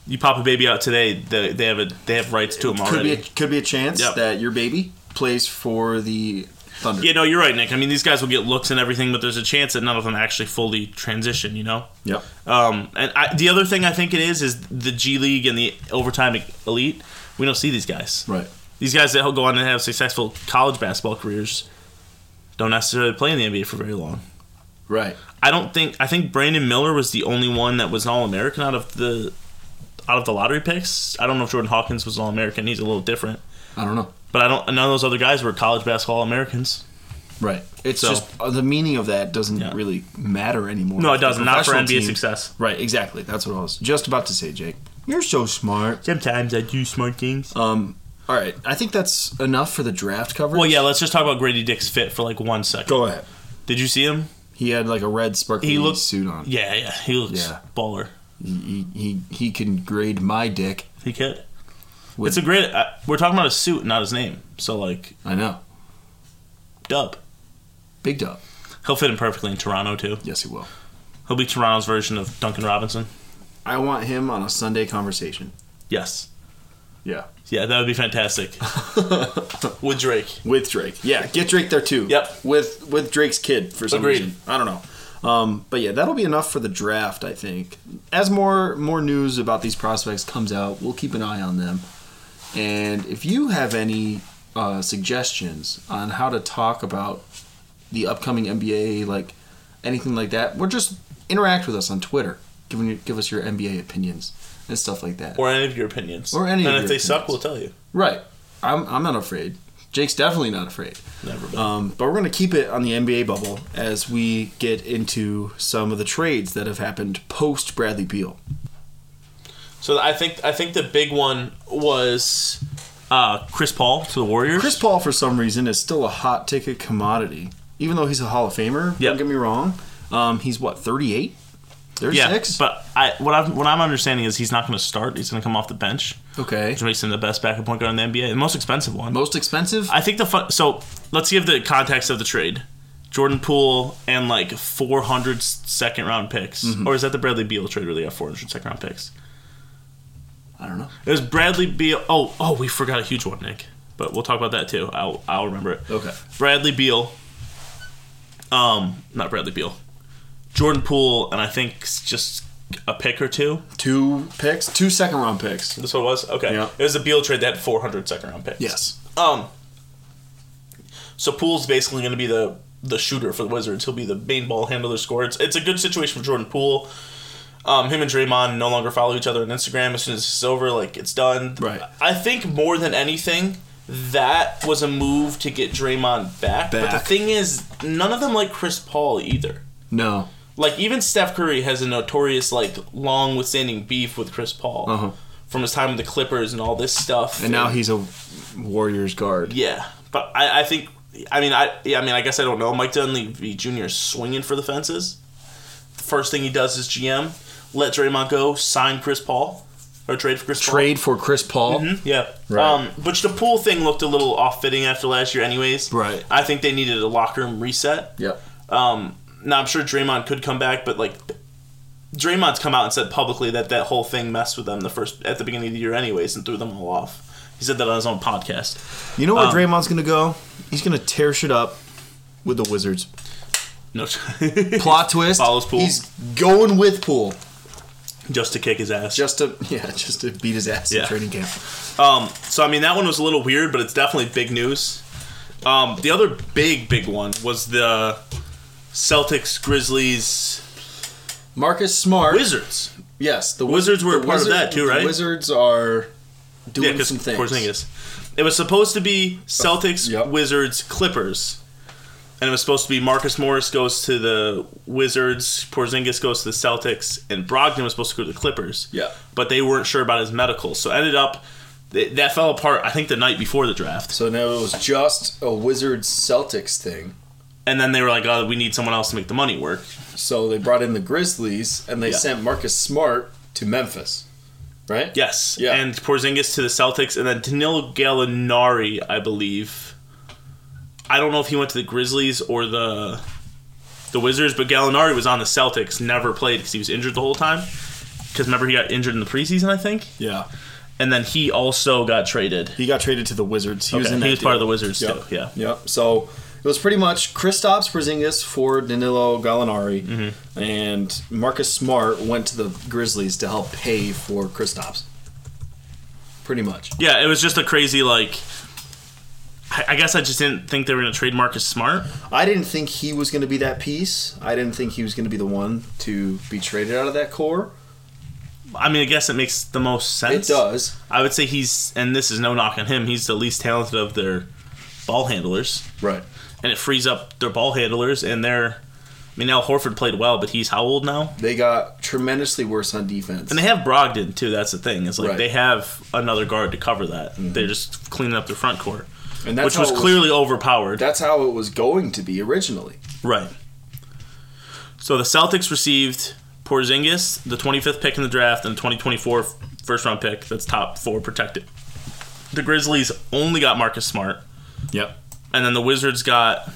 Speaker 1: You pop a baby out today. They, they have a they have rights to him
Speaker 2: could be
Speaker 1: already.
Speaker 2: a, could be a chance
Speaker 1: Yep.
Speaker 2: that your baby plays for the Thunder.
Speaker 1: yeah, no, you're right, Nick. I mean, these guys will get looks and everything, but there's a chance that none of them actually fully transition. You know.
Speaker 2: Yep.
Speaker 1: Um, and I, the other thing I think it is is the G League and the overtime elite. We don't see these guys.
Speaker 2: Right.
Speaker 1: These guys that go on and have successful college basketball careers don't necessarily play in the NBA for very long.
Speaker 2: Right.
Speaker 1: I don't think. I think Brandon Miller was the only one that was an All American out of the out of the lottery picks. I don't know if Jordan Hawkins was an All American. He's a little different,
Speaker 2: I don't know.
Speaker 1: but I don't. None of those other guys were college basketball Americans.
Speaker 2: Right. It's
Speaker 1: So-
Speaker 2: just uh, the meaning of that doesn't
Speaker 1: Yeah.
Speaker 2: really matter anymore.
Speaker 1: No, it
Speaker 2: If the
Speaker 1: doesn't. Not for
Speaker 2: professional
Speaker 1: NBA
Speaker 2: team-
Speaker 1: success.
Speaker 2: Right. Exactly. That's what I was just about to say, Jake. You're so smart.
Speaker 1: Sometimes I do smart things.
Speaker 2: Um. All right. I think that's enough for the draft coverage.
Speaker 1: well, yeah. Let's just talk about Grady Dick's fit for like one second.
Speaker 2: Go ahead.
Speaker 1: Did you see him?
Speaker 2: He had like a red sparkly
Speaker 1: He looked-
Speaker 2: suit on.
Speaker 1: Yeah, yeah. He looks
Speaker 2: Yeah.
Speaker 1: baller.
Speaker 2: He, he he he can grade my dick.
Speaker 1: He could.
Speaker 2: With-
Speaker 1: It's a great. Uh, we're talking about his suit, not his name. So like,
Speaker 2: I know.
Speaker 1: dub.
Speaker 2: Big dub.
Speaker 1: He'll fit in perfectly in Toronto too.
Speaker 2: Yes, he will.
Speaker 1: He'll be Toronto's version of Duncan Robinson.
Speaker 2: I want him on a Sunday conversation.
Speaker 1: Yes.
Speaker 2: Yeah.
Speaker 1: Yeah, that would be fantastic. With Drake.
Speaker 2: With Drake. Yeah, get Drake there too.
Speaker 1: Yep.
Speaker 2: With with Drake's kid for some
Speaker 1: Agreed.
Speaker 2: reason. I don't know. Um, but yeah, that'll be enough for the draft, I think. As more more news about these prospects comes out, we'll keep an eye on them. And if you have any uh, suggestions on how to talk about the upcoming NBA, like anything like that, or just interact with us on Twitter. Give, me- give us your NBA opinions and stuff like that.
Speaker 1: Or any of your opinions.
Speaker 2: Or any
Speaker 1: And
Speaker 2: of
Speaker 1: if
Speaker 2: your
Speaker 1: they suck,
Speaker 2: opinions.
Speaker 1: we'll tell you.
Speaker 2: Right. I'm, I'm not afraid. Jake's definitely not afraid.
Speaker 1: Never been.
Speaker 2: Um, but we're going to keep it on the NBA bubble as we get into some of the trades that have happened post Bradley Beal.
Speaker 1: so I think I think the big one was uh, Chris Paul to the Warriors.
Speaker 2: Chris Paul, for some reason, is still a hot ticket commodity, even though he's a Hall of Famer.
Speaker 1: Yep.
Speaker 2: Don't get me wrong. Um, he's what 38, 36.
Speaker 1: but I what I'm what I'm understanding is he's not going to start. He's going to come off the bench,
Speaker 2: okay,
Speaker 1: which makes him the best backup point guard in the NBA, the most expensive one.
Speaker 2: most expensive.
Speaker 1: I think the fun, so let's give the context of the trade. Jordan Poole and like 400 second round picks.
Speaker 2: Mm-hmm.
Speaker 1: Or is that the Bradley Beal trade where they got 400 second round picks?
Speaker 2: I don't know.
Speaker 1: It was Bradley Beal. Oh, oh, we forgot a huge one, Nick. But we'll talk about that too. I'll, I'll remember it.
Speaker 2: Okay,
Speaker 1: Bradley Beal. Um, not Bradley Beal. Jordan Poole, and I think s- just a pick or two.
Speaker 2: two picks, two second round picks.
Speaker 1: That's what it was? Okay.
Speaker 2: Yeah.
Speaker 1: It was a Beal trade that had 400 second round picks.
Speaker 2: Yes,
Speaker 1: Um. So Poole's basically going to be the the shooter for the Wizards. He'll be the main ball handler, scorer. It's, it's a good situation for Jordan Poole. Um, him and Draymond no longer follow each other on Instagram. As soon as it's over, like it's done.
Speaker 2: Right.
Speaker 1: I think more than anything, that was a move to get Draymond back. But the
Speaker 2: Back.
Speaker 1: thing is, none of them like Chris Paul either.
Speaker 2: no,
Speaker 1: Like even Steph Curry has a notorious like long withstanding beef with Chris Paul
Speaker 2: Uh-huh.
Speaker 1: from his time with the Clippers and all this stuff.
Speaker 2: and now he's a Warriors guard.
Speaker 1: Yeah, but I, I think I mean I yeah I mean I guess I don't know. Mike Dunleavy Jr. is swinging for the fences. The first thing he does is GM let Draymond go, sign Chris Paul, or trade for Chris
Speaker 2: Trade for Chris Paul.
Speaker 1: Paul. Yeah,
Speaker 2: Right.
Speaker 1: um, which the pool thing looked a little off fitting after last year, anyways.
Speaker 2: Right.
Speaker 1: I think they needed a locker room reset.
Speaker 2: Yeah.
Speaker 1: Um, now I'm sure Draymond could come back, but like Draymond's come out and said publicly that that whole thing messed with them the first at the beginning of the year, anyways, and threw them all off. He said that on his own podcast.
Speaker 2: You know where
Speaker 1: Um,
Speaker 2: Draymond's gonna go? He's gonna tear shit up with the Wizards.
Speaker 1: No,
Speaker 2: Plot twist.
Speaker 1: Follows Poole.
Speaker 2: He's going with Poole
Speaker 1: just to kick his ass.
Speaker 2: just to yeah, just to beat his ass
Speaker 1: Yeah.
Speaker 2: in training camp.
Speaker 1: Um, so I mean that one was a little weird, but it's definitely big news. Um, the other big big one was the Celtics Grizzlies
Speaker 2: Marcus Smart.
Speaker 1: Wizards.
Speaker 2: yes, the
Speaker 1: Wizards were
Speaker 2: the
Speaker 1: a part of that too,
Speaker 2: the
Speaker 1: right?
Speaker 2: Wizards are doing
Speaker 1: because
Speaker 2: some things.
Speaker 1: Porzingis. It was supposed to be Celtics
Speaker 2: Yep.
Speaker 1: Wizards Clippers, and it was supposed to be Marcus Morris goes to the Wizards, Porzingis goes to the Celtics, and Brogdon was supposed to go to the Clippers.
Speaker 2: Yeah.
Speaker 1: but they weren't sure about his medical, so ended up th- that fell apart. I think the night before the draft.
Speaker 2: So now it was just a Wizards Celtics thing.
Speaker 1: And then they were like, "Oh, we need someone else to make the money work."
Speaker 2: So they brought in the Grizzlies and they
Speaker 1: Yeah.
Speaker 2: sent Marcus Smart to Memphis, right?
Speaker 1: Yes.
Speaker 2: Yeah.
Speaker 1: And Porzingis to the Celtics, and then Danilo Gallinari, I believe. I don't know if he went to the Grizzlies or the the Wizards, but Gallinari was on the Celtics, never played because he was injured the whole time. Because remember he got injured in the preseason, I think,
Speaker 2: Yeah.
Speaker 1: and then he also got traded.
Speaker 2: He got traded to the Wizards. He was
Speaker 1: Okay,
Speaker 2: in that
Speaker 1: he was part of
Speaker 2: deal.
Speaker 1: the Wizards too. Yeah.
Speaker 2: Yep. So it was pretty much Kristaps Porzingis for Danilo Gallinari,
Speaker 1: Mm-hmm.
Speaker 2: and Marcus Smart went to the Grizzlies to help pay for Kristaps. Pretty much.
Speaker 1: Yeah, it was just a crazy like. I I guess I just didn't think they were going to trade Marcus Smart.
Speaker 2: I didn't think he was going to be that piece. I didn't think he was going to be the one to be traded out of that core.
Speaker 1: I mean, I guess it makes the most
Speaker 2: It
Speaker 1: sense.
Speaker 2: does.
Speaker 1: I would say he's, and this is no knock on him, he's the least talented of their ball handlers,
Speaker 2: Right.
Speaker 1: and it frees up their ball handlers and their. I mean, now Horford played well, but he's how old now?
Speaker 2: They got tremendously worse on defense.
Speaker 1: And they have Brogdon too. That's the thing. It's like
Speaker 2: Right.
Speaker 1: they have another guard to cover that. They're just cleaning up their front court,
Speaker 2: And that's
Speaker 1: which
Speaker 2: how
Speaker 1: was
Speaker 2: it
Speaker 1: clearly overpowered.
Speaker 2: that's how it was going to be originally.
Speaker 1: Right. So the Celtics received Porzingis, the 25th pick in the draft, and 2024 first round pick. That's top four protected. The Grizzlies only got Marcus Smart,
Speaker 2: Yep.
Speaker 1: and then the Wizards got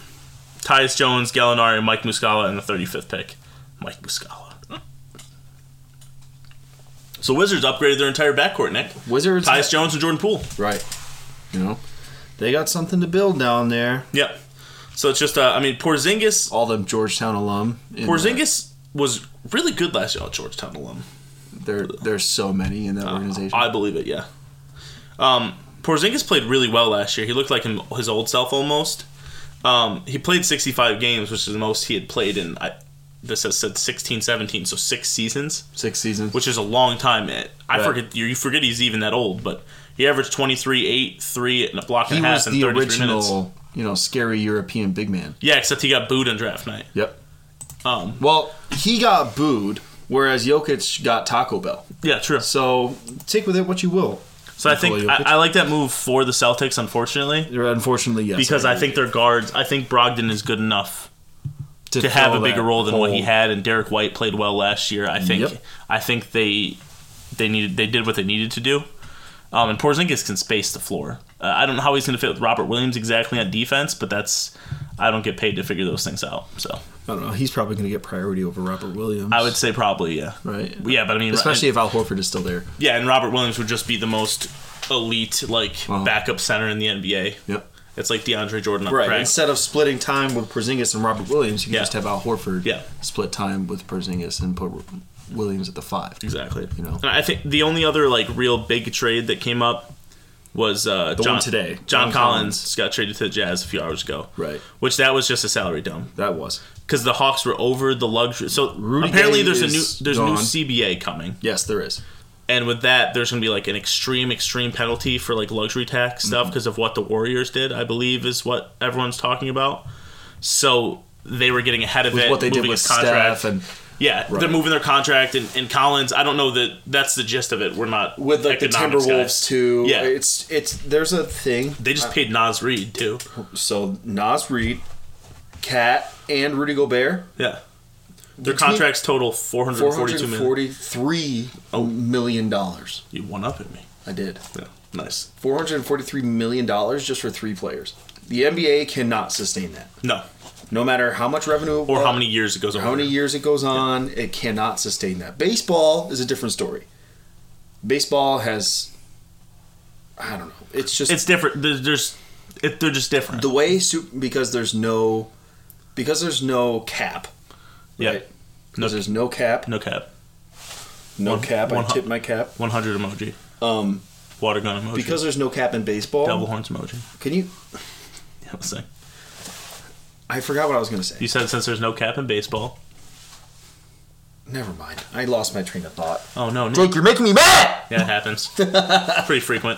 Speaker 1: Tyus Jones, Gallinari, Mike Muscala, and the 35th pick, Mike Muscala. So Wizards upgraded their entire backcourt, Nick.
Speaker 2: Wizards.
Speaker 1: Tyus Jones and Jordan Poole.
Speaker 2: Right. You know, they got something to build down there.
Speaker 1: Yep. So it's just, uh, I mean, Porzingis.
Speaker 2: All them Georgetown alum. in uh,
Speaker 1: Porzingis was really good last year, Georgetown alum.
Speaker 2: There, there's so many in that organization.
Speaker 1: Uh, I believe it. Yeah. Um, Porzingis played really well last year. He looked like him, his old self almost. Um, he played 65 games, which is the most he had played in. I, this has said 16, 17, so six seasons,
Speaker 2: Six seasons.
Speaker 1: which is a long time. It, I
Speaker 2: Right.
Speaker 1: forget you, you forget he's even that old, but he averaged 23, 8, 3, and a block and
Speaker 2: he
Speaker 1: a half
Speaker 2: was
Speaker 1: in
Speaker 2: the
Speaker 1: 33 minutes.
Speaker 2: original, you know, scary European big man.
Speaker 1: Yeah, except he got booed on draft night.
Speaker 2: Yep.
Speaker 1: Um,
Speaker 2: Well, he got booed, whereas Jokic got Taco Bell.
Speaker 1: yeah, true.
Speaker 2: So take with it what you will.
Speaker 1: So I
Speaker 2: Nikola
Speaker 1: think
Speaker 2: Jokic.
Speaker 1: I, I like that move for the Celtics, unfortunately,
Speaker 2: Unfortunately, yes.
Speaker 1: because I
Speaker 2: agree.
Speaker 1: think their guards. I think Brogdon is good enough to have a
Speaker 2: fill
Speaker 1: bigger
Speaker 2: that
Speaker 1: role than what he
Speaker 2: hole.
Speaker 1: had. And Derek White played well last year. I think.
Speaker 2: Yep.
Speaker 1: I think they they needed they did what they needed to do. Um, and Porzingis can space the floor. Uh, I don't know how he's going to fit with Robert Williams exactly on defense, but that's I don't get paid to figure those things out. So
Speaker 2: I don't know. He's probably going to get priority over Robert Williams.
Speaker 1: I would say probably yeah,
Speaker 2: right?
Speaker 1: yeah. But I mean,
Speaker 2: especially if Al Horford is still there.
Speaker 1: yeah, and Robert Williams would just be the most elite like
Speaker 2: Uh-huh.
Speaker 1: backup center in the NBA.
Speaker 2: Yep.
Speaker 1: It's like DeAndre Jordan on
Speaker 2: Right.
Speaker 1: crack.
Speaker 2: Instead of splitting time with Porzingis and Robert Williams, you can
Speaker 1: Yeah.
Speaker 2: just have Al Horford
Speaker 1: Yeah.
Speaker 2: split time with Porzingis and put Williams at the five.
Speaker 1: Exactly.
Speaker 2: You know?
Speaker 1: And I think the only other like real big trade that came up was uh,
Speaker 2: The
Speaker 1: John,
Speaker 2: one today.
Speaker 1: John,
Speaker 2: John
Speaker 1: Collins,
Speaker 2: Collins.
Speaker 1: got traded to the Jazz a few hours ago.
Speaker 2: Right.
Speaker 1: Which that was just a salary dump
Speaker 2: That was
Speaker 1: because the Hawks were over the luxury. So
Speaker 2: Rudy
Speaker 1: apparently
Speaker 2: Gay
Speaker 1: there's a new
Speaker 2: is
Speaker 1: there's a
Speaker 2: gone.
Speaker 1: new CBA coming,
Speaker 2: yes, there is
Speaker 1: and with that there's gonna be like an extreme extreme penalty for like luxury
Speaker 2: Mm-hmm.
Speaker 1: tax stuff because of what the Warriors did. I believe is what everyone's talking about. So they were getting ahead of
Speaker 2: with
Speaker 1: it.
Speaker 2: what they did
Speaker 1: moving
Speaker 2: with
Speaker 1: his contract.
Speaker 2: Steph and
Speaker 1: Yeah,
Speaker 2: Right.
Speaker 1: they're moving their contract, and, and Collins. I don't know that that's the gist of it. We're not
Speaker 2: with like the
Speaker 1: economics
Speaker 2: Timberwolves
Speaker 1: guys.
Speaker 2: too.
Speaker 1: Yeah.
Speaker 2: it's it's there's a thing.
Speaker 1: They just paid Nas Reed too.
Speaker 2: So Nas Reed, Cat, and Rudy Gobert,
Speaker 1: Yeah, their contracts total four hundred
Speaker 2: four
Speaker 1: forty-two
Speaker 2: hundred
Speaker 1: million. Oh.
Speaker 2: forty-three million dollars.
Speaker 1: You one up at me.
Speaker 2: I did
Speaker 1: Yeah, nice.
Speaker 2: four hundred forty-three million dollars just for three players. The NBA cannot sustain that.
Speaker 1: No,
Speaker 2: No matter how much revenue uh,
Speaker 1: or how many years it goes on.
Speaker 2: how many years it goes on, it cannot sustain that. Baseball is a different story. Baseball has, I don't know. It's just
Speaker 1: It's different. There's, there's it, they're just different.
Speaker 2: the way Sup- because there's no because there's no cap.
Speaker 1: yeah,
Speaker 2: Right? Because there's no cap.
Speaker 1: no cap.
Speaker 2: No
Speaker 1: One-
Speaker 2: cap.
Speaker 1: one
Speaker 2: I
Speaker 1: hu-
Speaker 2: tip my cap.
Speaker 1: 100 emoji.
Speaker 2: Um,
Speaker 1: Water gun emoji.
Speaker 2: because there's no cap in baseball.
Speaker 1: double horns emoji.
Speaker 2: Can you?
Speaker 1: Yeah, let's see.
Speaker 2: I forgot what I was gonna say.
Speaker 1: You said since there's no cap in baseball.
Speaker 2: Never mind. I lost my train of thought.
Speaker 1: Oh no, Nick.
Speaker 2: Jake, you're making me mad.
Speaker 1: yeah, it happens. Pretty frequent.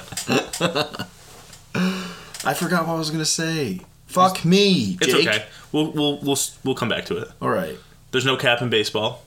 Speaker 2: I forgot what I was gonna say. Fuck me,
Speaker 1: It's
Speaker 2: Jake.
Speaker 1: okay. We'll we'll we'll s- we'll come back to it.
Speaker 2: All right.
Speaker 1: There's no cap in baseball.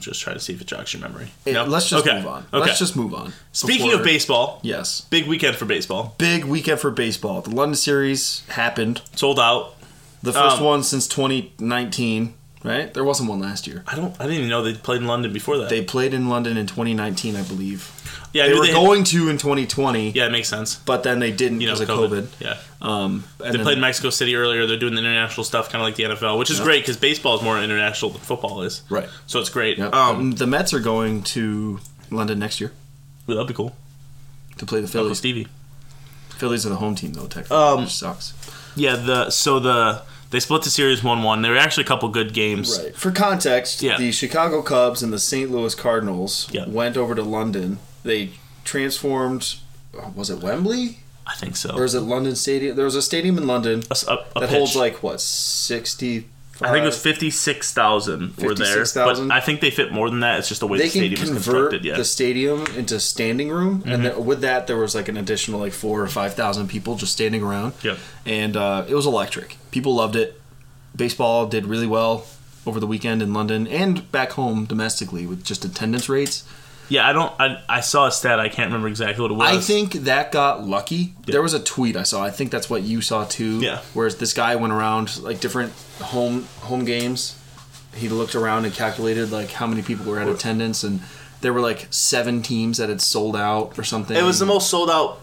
Speaker 1: Just trying to see if it jogs your memory.
Speaker 2: It-
Speaker 1: No?
Speaker 2: Let's just
Speaker 1: Okay.
Speaker 2: move on.
Speaker 1: Okay.
Speaker 2: Let's just move on.
Speaker 1: Speaking
Speaker 2: Before-
Speaker 1: of baseball,
Speaker 2: yes,
Speaker 1: big weekend for baseball.
Speaker 2: big weekend for baseball. The London series happened.
Speaker 1: Sold out.
Speaker 2: The first
Speaker 1: Um,
Speaker 2: one since 2019. Right? There wasn't one last year.
Speaker 1: I don't. I didn't even know they played in London before that.
Speaker 2: They played in London in 2019, I believe.
Speaker 1: yeah, I
Speaker 2: They
Speaker 1: knew
Speaker 2: were
Speaker 1: had-
Speaker 2: going to in 2020,
Speaker 1: Yeah, it makes sense.
Speaker 2: but then they didn't
Speaker 1: You know,
Speaker 2: because of
Speaker 1: COVID.
Speaker 2: COVID.
Speaker 1: Yeah,
Speaker 2: Um, and
Speaker 1: they
Speaker 2: then-
Speaker 1: played Mexico City earlier. They're doing the international stuff, kind of like the NFL, which is great because baseball is more international than football is.
Speaker 2: Right.
Speaker 1: So it's great.
Speaker 2: Yep.
Speaker 1: Um,
Speaker 2: the Mets are going to London next year
Speaker 1: well, that'd be cool.
Speaker 2: to play the
Speaker 1: Uncle
Speaker 2: Phillies.
Speaker 1: Stevie.
Speaker 2: Phillies are the home team though, technically.
Speaker 1: Um,
Speaker 2: which sucks.
Speaker 1: Yeah. The so the they split the series one one. There were actually a couple good games.
Speaker 2: Right. For context,
Speaker 1: Yeah.
Speaker 2: the Chicago Cubs and the St. Louis Cardinals
Speaker 1: Yeah.
Speaker 2: went over to London. They transformed. uh, Was it Wembley
Speaker 1: I think so.
Speaker 2: or is it London Stadium? There was a stadium in London
Speaker 1: a, s- a- Oh. a
Speaker 2: that
Speaker 1: pitch.
Speaker 2: holds like what sixty.
Speaker 1: I think it
Speaker 2: Uh,
Speaker 1: was fifty six thousand were there,
Speaker 2: 56,000?
Speaker 1: but I think they fit more than that. It's just the way
Speaker 2: They
Speaker 1: the
Speaker 2: can
Speaker 1: stadium is
Speaker 2: convert
Speaker 1: constructed. Yeah. Mm-hmm.
Speaker 2: the stadium into standing room, and th- with that, there was like an additional like four or five thousand people just standing around.
Speaker 1: Yep.
Speaker 2: and uh, it was electric. People loved it. Baseball did really well over the weekend in London and back home domestically with just attendance rates.
Speaker 1: yeah. I don't. I, I saw a stat. I can't remember exactly what it was.
Speaker 2: I think that got lucky. There was a tweet I saw. I think that's what you saw too.
Speaker 1: Yeah.
Speaker 2: Whereas this guy went around like different home home games. He looked around and calculated like how many people were at attendance, and there were like seven teams that had sold out or something.
Speaker 1: It was the most sold out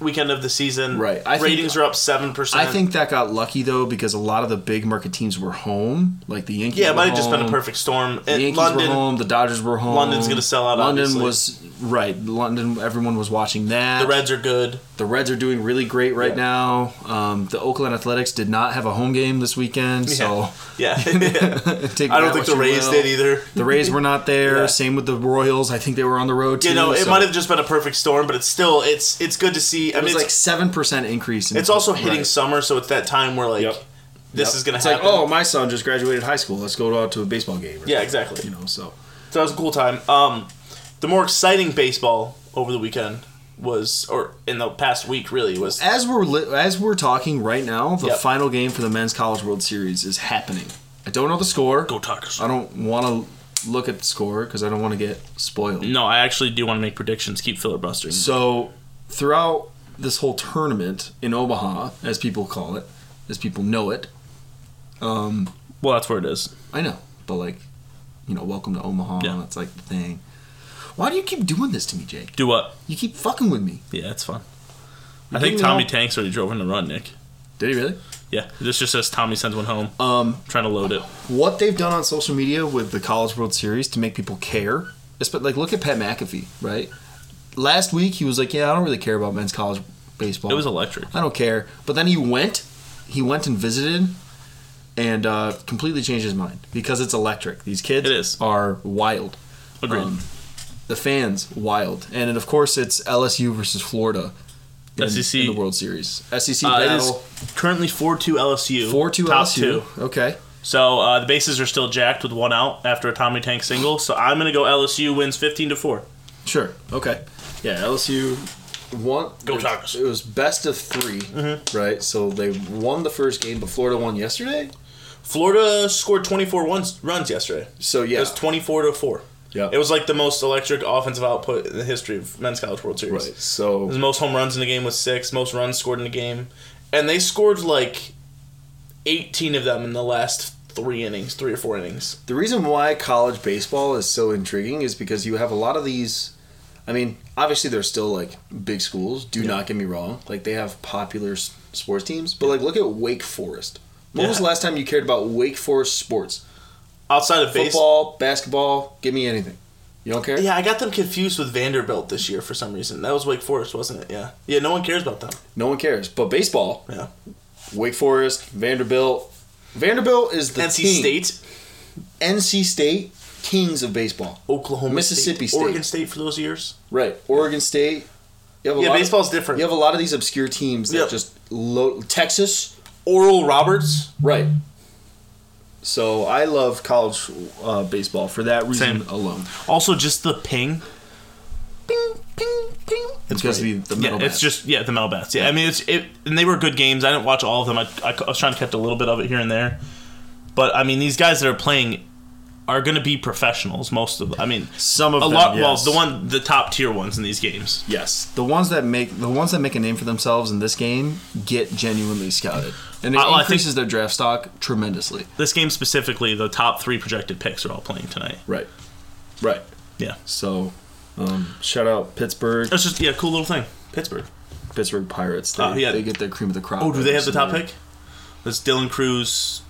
Speaker 1: weekend of the season.
Speaker 2: Um, Right. I think-
Speaker 1: Ratings are up seven percent.
Speaker 2: I think that got lucky though because a lot of the big market teams were home, like the Yankees.
Speaker 1: Yeah, it
Speaker 2: were
Speaker 1: might have just been a
Speaker 2: home.
Speaker 1: perfect storm.
Speaker 2: The
Speaker 1: And
Speaker 2: Yankees
Speaker 1: London.
Speaker 2: were home. The Dodgers were home.
Speaker 1: London's gonna sell out,
Speaker 2: London
Speaker 1: obviously.
Speaker 2: was right. London. Everyone was watching that.
Speaker 1: The Reds are good.
Speaker 2: The Reds are doing really great right
Speaker 1: Yeah.
Speaker 2: now. Um, the Oakland Athletics did not have a home game this weekend, so
Speaker 1: Yeah. Yeah.
Speaker 2: take
Speaker 1: I don't
Speaker 2: that
Speaker 1: think
Speaker 2: what
Speaker 1: the
Speaker 2: you
Speaker 1: Rays
Speaker 2: will.
Speaker 1: did either.
Speaker 2: The Rays were not there.
Speaker 1: Yeah.
Speaker 2: Same with the Royals. I think they were on the road too.
Speaker 1: You know, it
Speaker 2: so
Speaker 1: might have just been a perfect storm, but it's still it's it's good to see. I mean,
Speaker 2: It was
Speaker 1: it's,
Speaker 2: like seven percent increase. In
Speaker 1: it's also hitting
Speaker 2: Right.
Speaker 1: summer, so it's that time where like
Speaker 2: Yep.
Speaker 1: this
Speaker 2: Yep.
Speaker 1: is gonna
Speaker 2: It's
Speaker 1: happen.
Speaker 2: like, oh, my son just graduated high school. Let's go out to a baseball game. or
Speaker 1: Yeah,
Speaker 2: something,
Speaker 1: exactly.
Speaker 2: You know, so
Speaker 1: So that was a cool time. Um, the more exciting baseball over the weekend was, or in the past week, really was.
Speaker 2: as we're li- as we're talking right now, the
Speaker 1: Yep.
Speaker 2: final game for the men's college world series is happening. I don't know the score.
Speaker 1: Go Tigers.
Speaker 2: I don't want to look at the score because I don't want to get spoiled.
Speaker 1: No, I actually do want to make predictions. Keep filibustering.
Speaker 2: So throughout this whole tournament in Omaha, as people call it, as people know it, um,
Speaker 1: Well, that's where it is.
Speaker 2: I know, but like, you know, welcome to Omaha.
Speaker 1: Yeah.
Speaker 2: That's like the thing. Why do you keep doing this to me, Jake?
Speaker 1: Do what?
Speaker 2: You keep fucking with me.
Speaker 1: Yeah, it's fun. I
Speaker 2: Give
Speaker 1: think
Speaker 2: me
Speaker 1: Tommy
Speaker 2: all-
Speaker 1: Tanks already drove in the run, Nick.
Speaker 2: Did he really?
Speaker 1: Yeah, this just says Tommy sends one home.
Speaker 2: Um,
Speaker 1: trying to load it.
Speaker 2: what they've done on social media with the College World Series to make people care. It's but like look at Pat McAfee, right? Last week he was like, "Yeah, I don't really care about men's college baseball.
Speaker 1: It was electric.
Speaker 2: I don't care." But then he went, he went and visited, and uh, completely changed his mind because it's electric. These kids
Speaker 1: It is.
Speaker 2: are wild.
Speaker 1: Agreed.
Speaker 2: Um, the fans wild, and then, of course it's LSU versus Florida in,
Speaker 1: SEC.
Speaker 2: in the World Series. SEC
Speaker 1: E uh, it
Speaker 2: battle
Speaker 1: is currently four two LSU.
Speaker 2: four two
Speaker 1: top
Speaker 2: LSU.
Speaker 1: two.
Speaker 2: Okay,
Speaker 1: So uh, the bases are still jacked with one out after a Tommy Tank single. So I'm gonna go LSU wins fifteen to four.
Speaker 2: Sure. Okay. Yeah, LSU won.
Speaker 1: Go
Speaker 2: it,
Speaker 1: Tigers. Mm-hmm.
Speaker 2: It was best of 3 right? So they won the first game, but Florida won yesterday.
Speaker 1: Florida scored 24 ones, runs yesterday.
Speaker 2: So yeah,
Speaker 1: It was 24 to four.
Speaker 2: yeah,
Speaker 1: It was like the most electric offensive output in the history of men's college World Series.
Speaker 2: right. So
Speaker 1: The most home runs in the game was six. Most runs scored in the game, and they scored like eighteen of them in the last three innings, three or four innings.
Speaker 2: the reason why college baseball is so intriguing is because you have a lot of these. I mean, obviously there's still like big schools. Do not get me wrong. Like they have popular s- sports teams, but like look at Wake Forest. When was the
Speaker 1: Yeah.
Speaker 2: last time you cared about Wake Forest sports?
Speaker 1: Outside of baseball.
Speaker 2: Football, basketball, give me anything. You don't care?
Speaker 1: Yeah, I got them confused with Vanderbilt this year for some reason. That was Wake Forest, wasn't it? Yeah. Yeah, no one cares about them.
Speaker 2: No one cares. But baseball,
Speaker 1: Yeah.
Speaker 2: Wake Forest, Vanderbilt. Vanderbilt is the
Speaker 1: NC
Speaker 2: king.
Speaker 1: State,
Speaker 2: NC State, kings of baseball.
Speaker 1: Oklahoma
Speaker 2: Mississippi State.
Speaker 1: Oregon State for those years.
Speaker 2: Right. Oregon State. You have a
Speaker 1: Yeah,
Speaker 2: lot of-
Speaker 1: baseball's different.
Speaker 2: you have a lot of these obscure teams that
Speaker 1: Yep.
Speaker 2: just low Texas.
Speaker 1: Oral Roberts.
Speaker 2: Right. So I love college uh, baseball for that reason
Speaker 1: Same.
Speaker 2: alone.
Speaker 1: Also, just the ping. Ping, ping, ping.
Speaker 2: It's because the, the
Speaker 1: Yeah,
Speaker 2: metal
Speaker 1: it's just yeah the metal bats. Yeah, I mean it's it, and they were good games. I didn't watch all of them. I, I, I was trying to catch a little bit of it here and there, but I mean these guys that are playing are going to be professionals. Most of them. I mean
Speaker 2: some of
Speaker 1: a
Speaker 2: them,
Speaker 1: lot.
Speaker 2: yes.
Speaker 1: Well, the one the top tier ones in these games.
Speaker 2: Yes, the ones that make the ones that make a name for themselves in this game get genuinely scouted, and it
Speaker 1: I- well, I think-
Speaker 2: increases their draft stock tremendously.
Speaker 1: This game specifically, the top three projected picks are all playing tonight.
Speaker 2: Right, right.
Speaker 1: Yeah,
Speaker 2: So, um, shout out Pittsburgh,
Speaker 1: that's just yeah cool little thing. Pittsburgh.
Speaker 2: Pittsburgh Pirates. They,
Speaker 1: Oh, yeah.
Speaker 2: they get their cream of the crop.
Speaker 1: Oh, do they
Speaker 2: every
Speaker 1: have the top
Speaker 2: single year.
Speaker 1: pick? That's Dylan Cruz,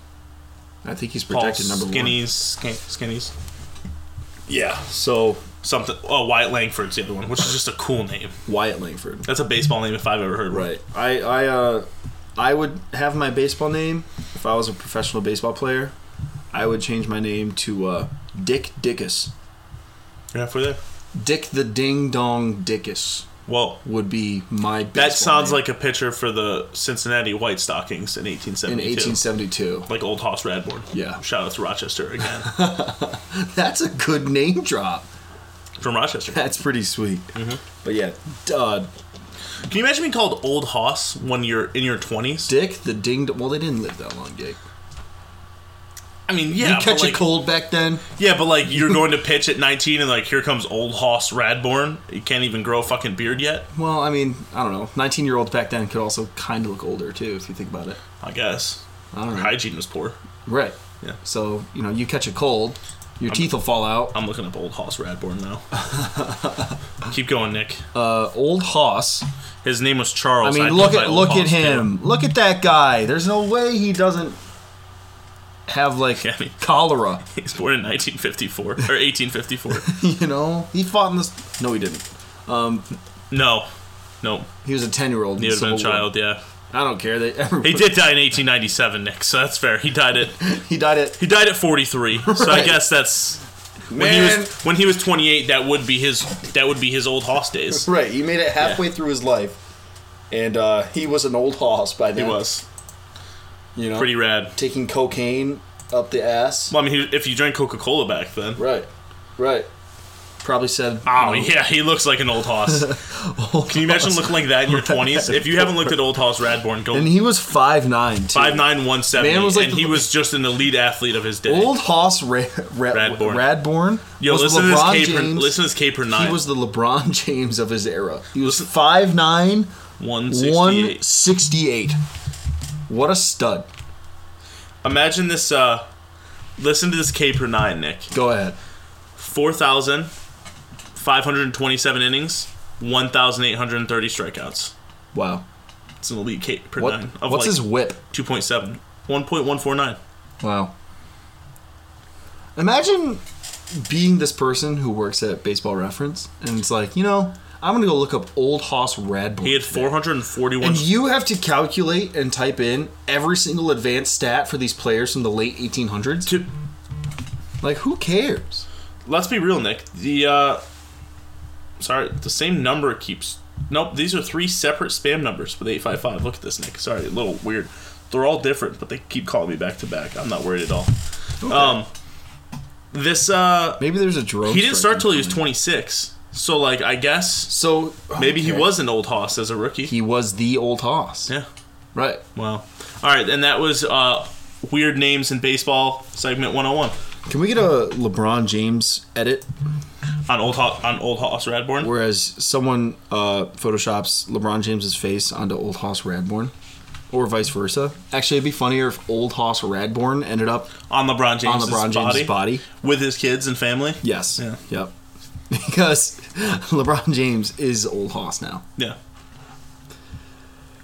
Speaker 2: I think he's
Speaker 1: Paul
Speaker 2: projected number one.
Speaker 1: Skinnies, Skin- Skinnies,
Speaker 2: Yeah. So
Speaker 1: something. Oh, Wyatt Langford's the other one, which is just a cool name.
Speaker 2: Wyatt Langford.
Speaker 1: That's a baseball name if I've ever heard. one.
Speaker 2: Right. I I uh, I would have my baseball name if I was a professional baseball player. I would change my name to uh, Dick Dickus.
Speaker 1: You're halfway there.
Speaker 2: Dick the Ding Dong Dickus.
Speaker 1: Well,
Speaker 2: would be my
Speaker 1: that
Speaker 2: baseball
Speaker 1: sounds
Speaker 2: name
Speaker 1: like a picture for the Cincinnati White Stockings in
Speaker 2: in
Speaker 1: 1872.
Speaker 2: 1872.
Speaker 1: like old Hoss Radborn.
Speaker 2: Yeah.
Speaker 1: Shout out to Rochester again.
Speaker 2: That's a good name drop.
Speaker 1: From Rochester.
Speaker 2: That's pretty sweet.
Speaker 1: Mm-hmm.
Speaker 2: But yeah, uh,
Speaker 1: Can you imagine being called Old Hoss when you're in your 20s?
Speaker 2: Dick the Ding. Well, they didn't live that long, Dick.
Speaker 1: I mean, yeah.
Speaker 2: you catch
Speaker 1: but like,
Speaker 2: a cold back then.
Speaker 1: Yeah, but like you're going to pitch at 19 and like here comes Old Hoss Radborn. You can't even grow a fucking beard yet,
Speaker 2: Well, I mean, I don't know. 19 year olds back then could also kind of look older too, if you think about it.
Speaker 1: I guess.
Speaker 2: I don't know.
Speaker 1: Hygiene was poor.
Speaker 2: Right.
Speaker 1: Yeah.
Speaker 2: So you know, you catch a cold, your teeth will fall out.
Speaker 1: I'm looking up Old Hoss Radborn now. Keep going, Nick.
Speaker 2: Uh, old hoss.
Speaker 1: His name was
Speaker 2: I
Speaker 1: Charles.
Speaker 2: mean,
Speaker 1: go
Speaker 2: look
Speaker 1: by
Speaker 2: at
Speaker 1: Old
Speaker 2: look at
Speaker 1: Hoss, too.
Speaker 2: him. Look at that guy. There's no way he doesn't have like
Speaker 1: Yeah, I mean-
Speaker 2: cholera.
Speaker 1: He's born in 1954 or 1854.
Speaker 2: you know, he fought in this. No, he didn't.
Speaker 1: no, no,
Speaker 2: He was a ten-year-old.
Speaker 1: he would have been a child. Yeah,
Speaker 2: I don't care. They everybody,
Speaker 1: he did die in 1897, Nick. So that's fair. He died at
Speaker 2: He died at
Speaker 1: he died at 43. So I
Speaker 2: Right.
Speaker 1: guess that's when he was when he was 28. That would be his that would be his old hoss days.
Speaker 2: right. He made it halfway through his life, and uh, he was an old hoss by then.
Speaker 1: He was
Speaker 2: you know,
Speaker 1: pretty rad.
Speaker 2: taking cocaine up the ass.
Speaker 1: Well, I mean, he, if you drank Coca Cola back then.
Speaker 2: Right, right. Probably said.
Speaker 1: Oh yeah, he looks like an old hoss. Can you imagine looking like that in your 20s? If you haven't looked at old hoss Radborn, go
Speaker 2: And he was five nine.
Speaker 1: five nine one seventy,
Speaker 2: Man was like
Speaker 1: and
Speaker 2: the-
Speaker 1: he was just an elite athlete of his day.
Speaker 2: Old hoss Ra- Ra-
Speaker 1: Radborn.
Speaker 2: Radborn
Speaker 1: Yo,
Speaker 2: was
Speaker 1: listen to, this
Speaker 2: LeBron
Speaker 1: caper,
Speaker 2: James.
Speaker 1: listen to this caper nine.
Speaker 2: he was the LeBron James of his era. He was five nine.
Speaker 1: 168.
Speaker 2: 168. What a stud.
Speaker 1: Imagine this. Uh, listen to this caper nine, Nick.
Speaker 2: Go ahead.
Speaker 1: 4,527 innings, 1,830 strikeouts.
Speaker 2: Wow.
Speaker 1: It's an elite caper
Speaker 2: What,
Speaker 1: nine of
Speaker 2: what's
Speaker 1: like
Speaker 2: his whip?
Speaker 1: 2.7, 1.149.
Speaker 2: Wow. Imagine being this person who works at Baseball Reference and it's like, you know, I'm going to go look up Old Hoss Radborn.
Speaker 1: He had
Speaker 2: today.
Speaker 1: 441.
Speaker 2: And you have to calculate and type in every single advanced stat for these players from the late 1800s.
Speaker 1: Dude,
Speaker 2: Like, who cares?
Speaker 1: let's be real, Nick. The uh, sorry, the same number keeps. Nope, these are three separate spam numbers with 855. Look at this, Nick. Sorry, a little weird. They're all different, but they keep calling me back to back. I'm not worried at all. Um, this uh,
Speaker 2: Maybe there's a drone.
Speaker 1: he didn't
Speaker 2: strike
Speaker 1: start till he was
Speaker 2: incoming.
Speaker 1: 26. So like, I guess
Speaker 2: So
Speaker 1: maybe he
Speaker 2: okay.
Speaker 1: was an old hoss as a rookie.
Speaker 2: He was the Old Hoss.
Speaker 1: yeah.
Speaker 2: Right.
Speaker 1: Wow. All right, and that was uh, weird names in baseball segment 101
Speaker 2: Can we get a LeBron James edit?
Speaker 1: on old Ho- on old hoss Radborn.
Speaker 2: Whereas someone uh, photoshops LeBron James's face onto Old Hoss Radborn, or vice versa. Actually, it'd be funnier if Old Hoss Radborn ended up
Speaker 1: on LeBron James'
Speaker 2: on LeBron
Speaker 1: body.
Speaker 2: James's body.
Speaker 1: with his kids and family.
Speaker 2: Yes.
Speaker 1: Yeah.
Speaker 2: Yep. Because LeBron James is old Hoss now.
Speaker 1: Yeah.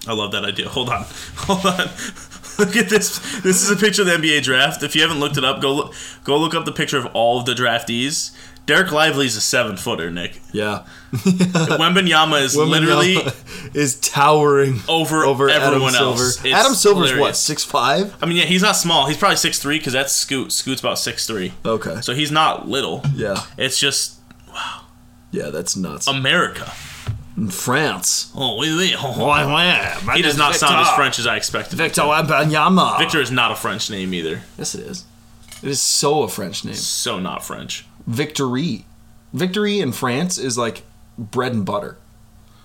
Speaker 1: I love that idea. Hold on. Hold on. Look at this. This is a picture of the NBA draft. If you haven't looked it up, go look, go look up the picture of all of the draftees. Derek Lively's a seven footer, Nick.
Speaker 2: Yeah,
Speaker 1: Wembenyama is literally
Speaker 2: Wembanyama is towering
Speaker 1: over,
Speaker 2: over
Speaker 1: everyone
Speaker 2: Adam
Speaker 1: else.
Speaker 2: Silver.
Speaker 1: It's
Speaker 2: Adam Silver's what
Speaker 1: hilarious.
Speaker 2: six five?
Speaker 1: I mean, yeah, he's not small. He's probably six three because that's Scoot. Scoot's about six three.
Speaker 2: Okay,
Speaker 1: So he's not little.
Speaker 2: Oh. yeah,
Speaker 1: It's just
Speaker 2: yeah, that's nuts.
Speaker 1: Um, America.
Speaker 2: In France,
Speaker 1: Oh, oui, oui. Oh.
Speaker 2: Why, why? My
Speaker 1: he does
Speaker 2: name's
Speaker 1: not sound as
Speaker 2: Victor.
Speaker 1: French as I expected.
Speaker 2: Victor Wembanyama.
Speaker 1: Victor is not a French name either.
Speaker 2: Yes, it is. It is so a French name.
Speaker 1: So not French.
Speaker 2: Victory. Victory in France is like bread and butter.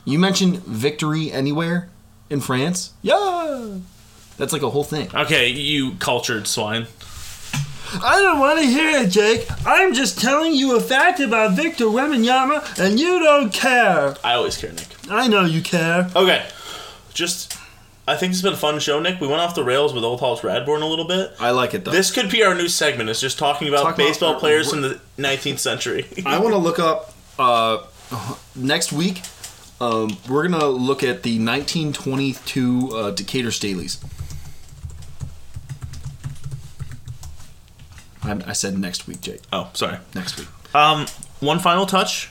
Speaker 2: You mention victory anywhere in France? Yeah. That's like a whole thing.
Speaker 1: Okay, you cultured swine.
Speaker 2: I don't want to hear it, Jake. I'm just telling you a fact about Victor Wembanyama, and you don't care.
Speaker 1: I always care, Nick.
Speaker 2: I know you care.
Speaker 1: Okay, just I think it's been a fun show, Nick. We went off the rails with Old Paul's Radborn a little bit.
Speaker 2: I like it though.
Speaker 1: This could be our new segment. It's just talking about
Speaker 2: Talk about-
Speaker 1: baseball players from the 19th century.
Speaker 2: I want to look up uh, next week. Um, we're gonna look at the 1922 uh, Decatur Staleys. I, I said next week, Jake.
Speaker 1: oh, sorry.
Speaker 2: Next week.
Speaker 1: Um, one final touch.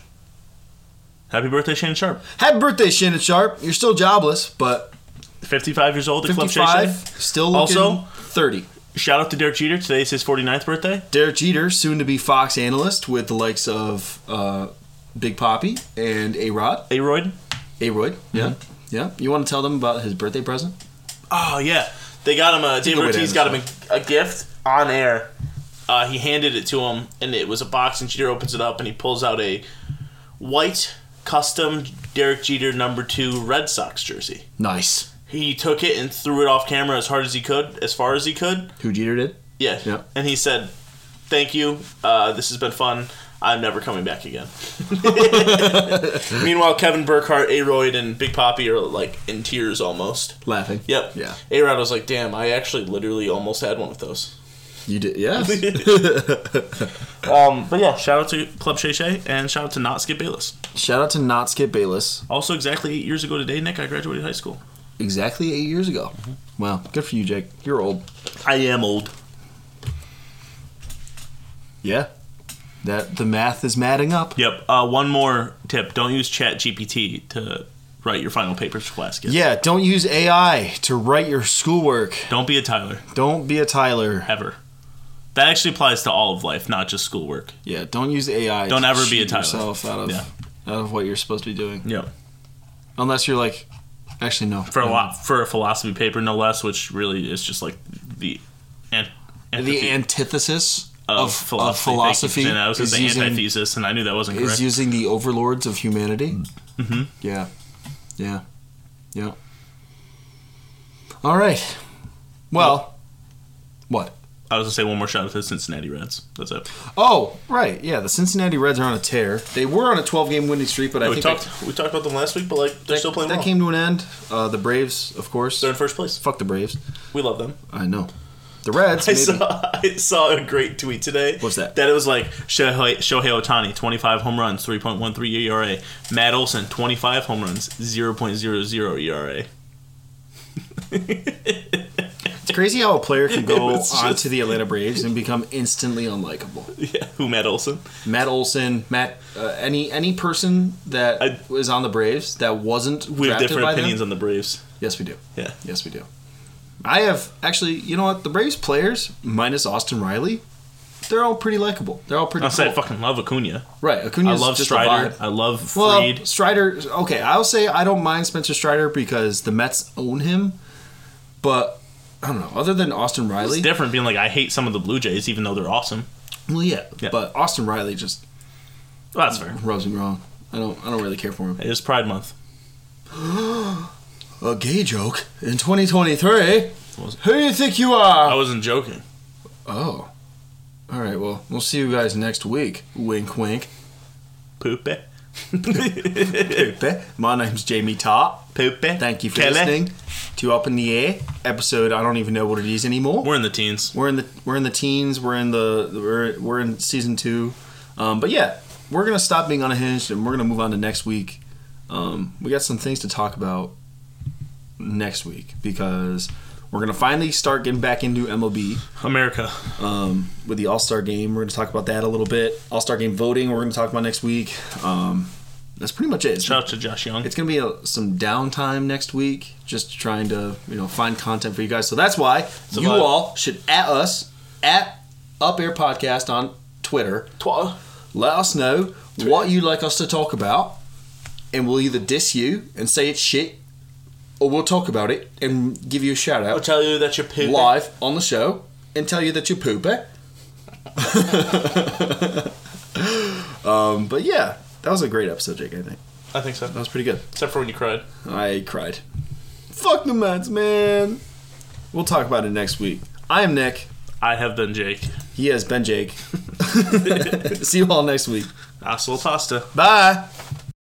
Speaker 1: Happy birthday, Shannon Sharp.
Speaker 2: Happy birthday, Shannon Sharp. You're still jobless, but
Speaker 1: 55 years old at Club Shay
Speaker 2: 55,
Speaker 1: Shay.
Speaker 2: still looking
Speaker 1: Also-
Speaker 2: 30.
Speaker 1: Shout out to Derek Jeter. Today's his 49th birthday.
Speaker 2: Derek Jeter, soon to be Fox analyst with the likes of uh, Big Poppy and A Rod.
Speaker 1: Aroyd.
Speaker 2: A Royd. Yeah. Yeah. You want to tell them about his birthday present?
Speaker 1: Oh, yeah. They got him a, David
Speaker 2: away,
Speaker 1: Ortiz
Speaker 2: Dan,
Speaker 1: got him a, a gift on air. Uh, he handed it to him, and it was a box, and Jeter opens it up, and he pulls out a white custom Derek Jeter number two Red Sox jersey.
Speaker 2: Nice.
Speaker 1: He took it and threw it off camera as hard as he could, as far as he could.
Speaker 2: Who Jeter did?
Speaker 1: Yeah.
Speaker 2: Yeah.
Speaker 1: And he said, "Thank you. Uh, this has been fun. I'm never coming back again." Meanwhile, Kevin Burkhardt, Aroyd, and Big Poppy are like in tears almost.
Speaker 2: Laughing.
Speaker 1: Yep.
Speaker 2: Yeah.
Speaker 1: Arod was like, "Damn, I actually literally almost had one of those."
Speaker 2: You did. Yes.
Speaker 1: Um, but yeah, shout out to Club Shay Shay and shout out to Not Skip Bayless.
Speaker 2: Shout out to Not Skip Bayless.
Speaker 1: Also, exactly eight years ago today, Nick, I graduated high school.
Speaker 2: Exactly eight years ago. Wow. Good for you, Jake. You're old.
Speaker 1: I am old.
Speaker 2: Yeah. That the math is matting up.
Speaker 1: Yep. Uh, one more tip: don't use Chat GPT to write your final papers for class. kids.
Speaker 2: Yeah. Don't use AI to write your schoolwork.
Speaker 1: Don't be a Tyler.
Speaker 2: Don't be a Tyler.
Speaker 1: ever. That actually applies to all of life, not just schoolwork.
Speaker 2: Yeah. Don't use AI.
Speaker 1: Don't
Speaker 2: to
Speaker 1: ever be
Speaker 2: cheat
Speaker 1: a Tyler.
Speaker 2: Yourself out of
Speaker 1: Yeah.
Speaker 2: out of what you're supposed to be doing.
Speaker 1: Yeah.
Speaker 2: Unless you're like, actually no.
Speaker 1: For a lot, Mm-hmm. for a philosophy paper, no less, which really is just like the an,
Speaker 2: The
Speaker 1: antithe-
Speaker 2: antithesis of, of philosophy,
Speaker 1: Thank you, Jen. I was
Speaker 2: is,
Speaker 1: the
Speaker 2: using,
Speaker 1: antithesis, and I knew that wasn't correct. Mm-hmm.
Speaker 2: is using the overlords of humanity. Yeah. Yeah. Yeah. All right. Well, what?
Speaker 1: I was gonna say one more shout out to the Cincinnati Reds. That's it.
Speaker 2: Oh, right. Yeah, the Cincinnati Reds are on a tear. They were on a 12 game winning streak, but I
Speaker 1: We
Speaker 2: think
Speaker 1: talked we talked about them last week, but like they're
Speaker 2: that,
Speaker 1: still playing
Speaker 2: that
Speaker 1: well.
Speaker 2: came to an end. Uh, the Braves, of course.
Speaker 1: they're in first place.
Speaker 2: Fuck the Braves.
Speaker 1: We love them.
Speaker 2: I know. The Reds,
Speaker 1: I
Speaker 2: maybe.
Speaker 1: saw, I saw a great tweet today.
Speaker 2: What's that?
Speaker 1: That it was like Shohei, Shohei Otani, 25 home runs, 3.13 ERA. E Matt Olson, 25 home runs, 0.00 ERA.
Speaker 2: It's crazy how a player can
Speaker 1: It
Speaker 2: go
Speaker 1: was just-
Speaker 2: onto the Atlanta Braves and become instantly unlikable.
Speaker 1: Yeah, who Matt Olson?
Speaker 2: Matt Olson, Matt, uh, any any person that
Speaker 1: I-
Speaker 2: was on the Braves that wasn't
Speaker 1: We have
Speaker 2: drafted
Speaker 1: different
Speaker 2: by
Speaker 1: opinions
Speaker 2: them.
Speaker 1: on the Braves.
Speaker 2: Yes, we do.
Speaker 1: Yeah.
Speaker 2: Yes, we do. I have actually, you know what? The Braves players, minus Austin Riley, they're all pretty likable. They're all pretty.
Speaker 1: I'll say I
Speaker 2: cool.
Speaker 1: fucking love Acuna.
Speaker 2: Right,
Speaker 1: I
Speaker 2: Acuna's
Speaker 1: love
Speaker 2: just A
Speaker 1: Strider.
Speaker 2: vibe.
Speaker 1: I love Freed.
Speaker 2: Well, Strider. Okay, I'll say I don't mind Spencer Strider because the Mets own him, but I don't know. Other than Austin
Speaker 1: it's
Speaker 2: Riley,
Speaker 1: different being like, I hate some of the Blue Jays, even though they're awesome.
Speaker 2: well, yeah,
Speaker 1: Yeah.
Speaker 2: but Austin Riley just uh,
Speaker 1: Well, that's fair.
Speaker 2: rubs me wrong. I don't. I don't really care for him.
Speaker 1: It is Pride Month.
Speaker 2: A gay joke in 2023.
Speaker 1: Was-
Speaker 2: Who do you think you are?
Speaker 1: I wasn't joking.
Speaker 2: Oh. All right, well, we'll see you guys next week. Wink, wink.
Speaker 1: Poopy.
Speaker 2: My name's Jamie Tartt.
Speaker 1: Poopy.
Speaker 2: Thank you for
Speaker 1: Kelly.
Speaker 2: listening to Up in the Air episode. I don't even know what it is anymore.
Speaker 1: We're in the teens.
Speaker 2: We're in the we're in the teens. We're in the we're, we're in season two. Um, but yeah, we're gonna stop being unhinged and we're gonna move on to next week. Um, we got some things to talk about next week because we're gonna finally start getting back into MLB
Speaker 1: America.
Speaker 2: um, with the All Star Game. We're gonna talk about that a little bit. All Star Game voting. We're gonna talk about next week. Um, that's pretty much it. It's
Speaker 1: Shout out to Josh Young.
Speaker 2: it's gonna be a, some downtime next week, just trying to you know find content for you guys. So that's why you
Speaker 1: lot.
Speaker 2: all should at us at Up Air Podcast on Twitter.
Speaker 1: Twa.
Speaker 2: Let us know what you'd like us to talk about, and we'll either diss you and say it's shit, or we'll talk about it and give you a shout
Speaker 1: I'll
Speaker 2: out
Speaker 1: tell you that you're pooping.
Speaker 2: live on the show and tell you that you poop it. um, but yeah, that was a great episode, Jake. I think
Speaker 1: I think
Speaker 2: that
Speaker 1: so.
Speaker 2: was pretty good.
Speaker 1: Except for when you cried.
Speaker 2: I cried. Fuck the Mets, man. We'll talk about it next week. I am Nick.
Speaker 1: I have been Jake.
Speaker 2: He has been Jake. See you all next week.
Speaker 1: Hasta la pasta.
Speaker 2: Bye.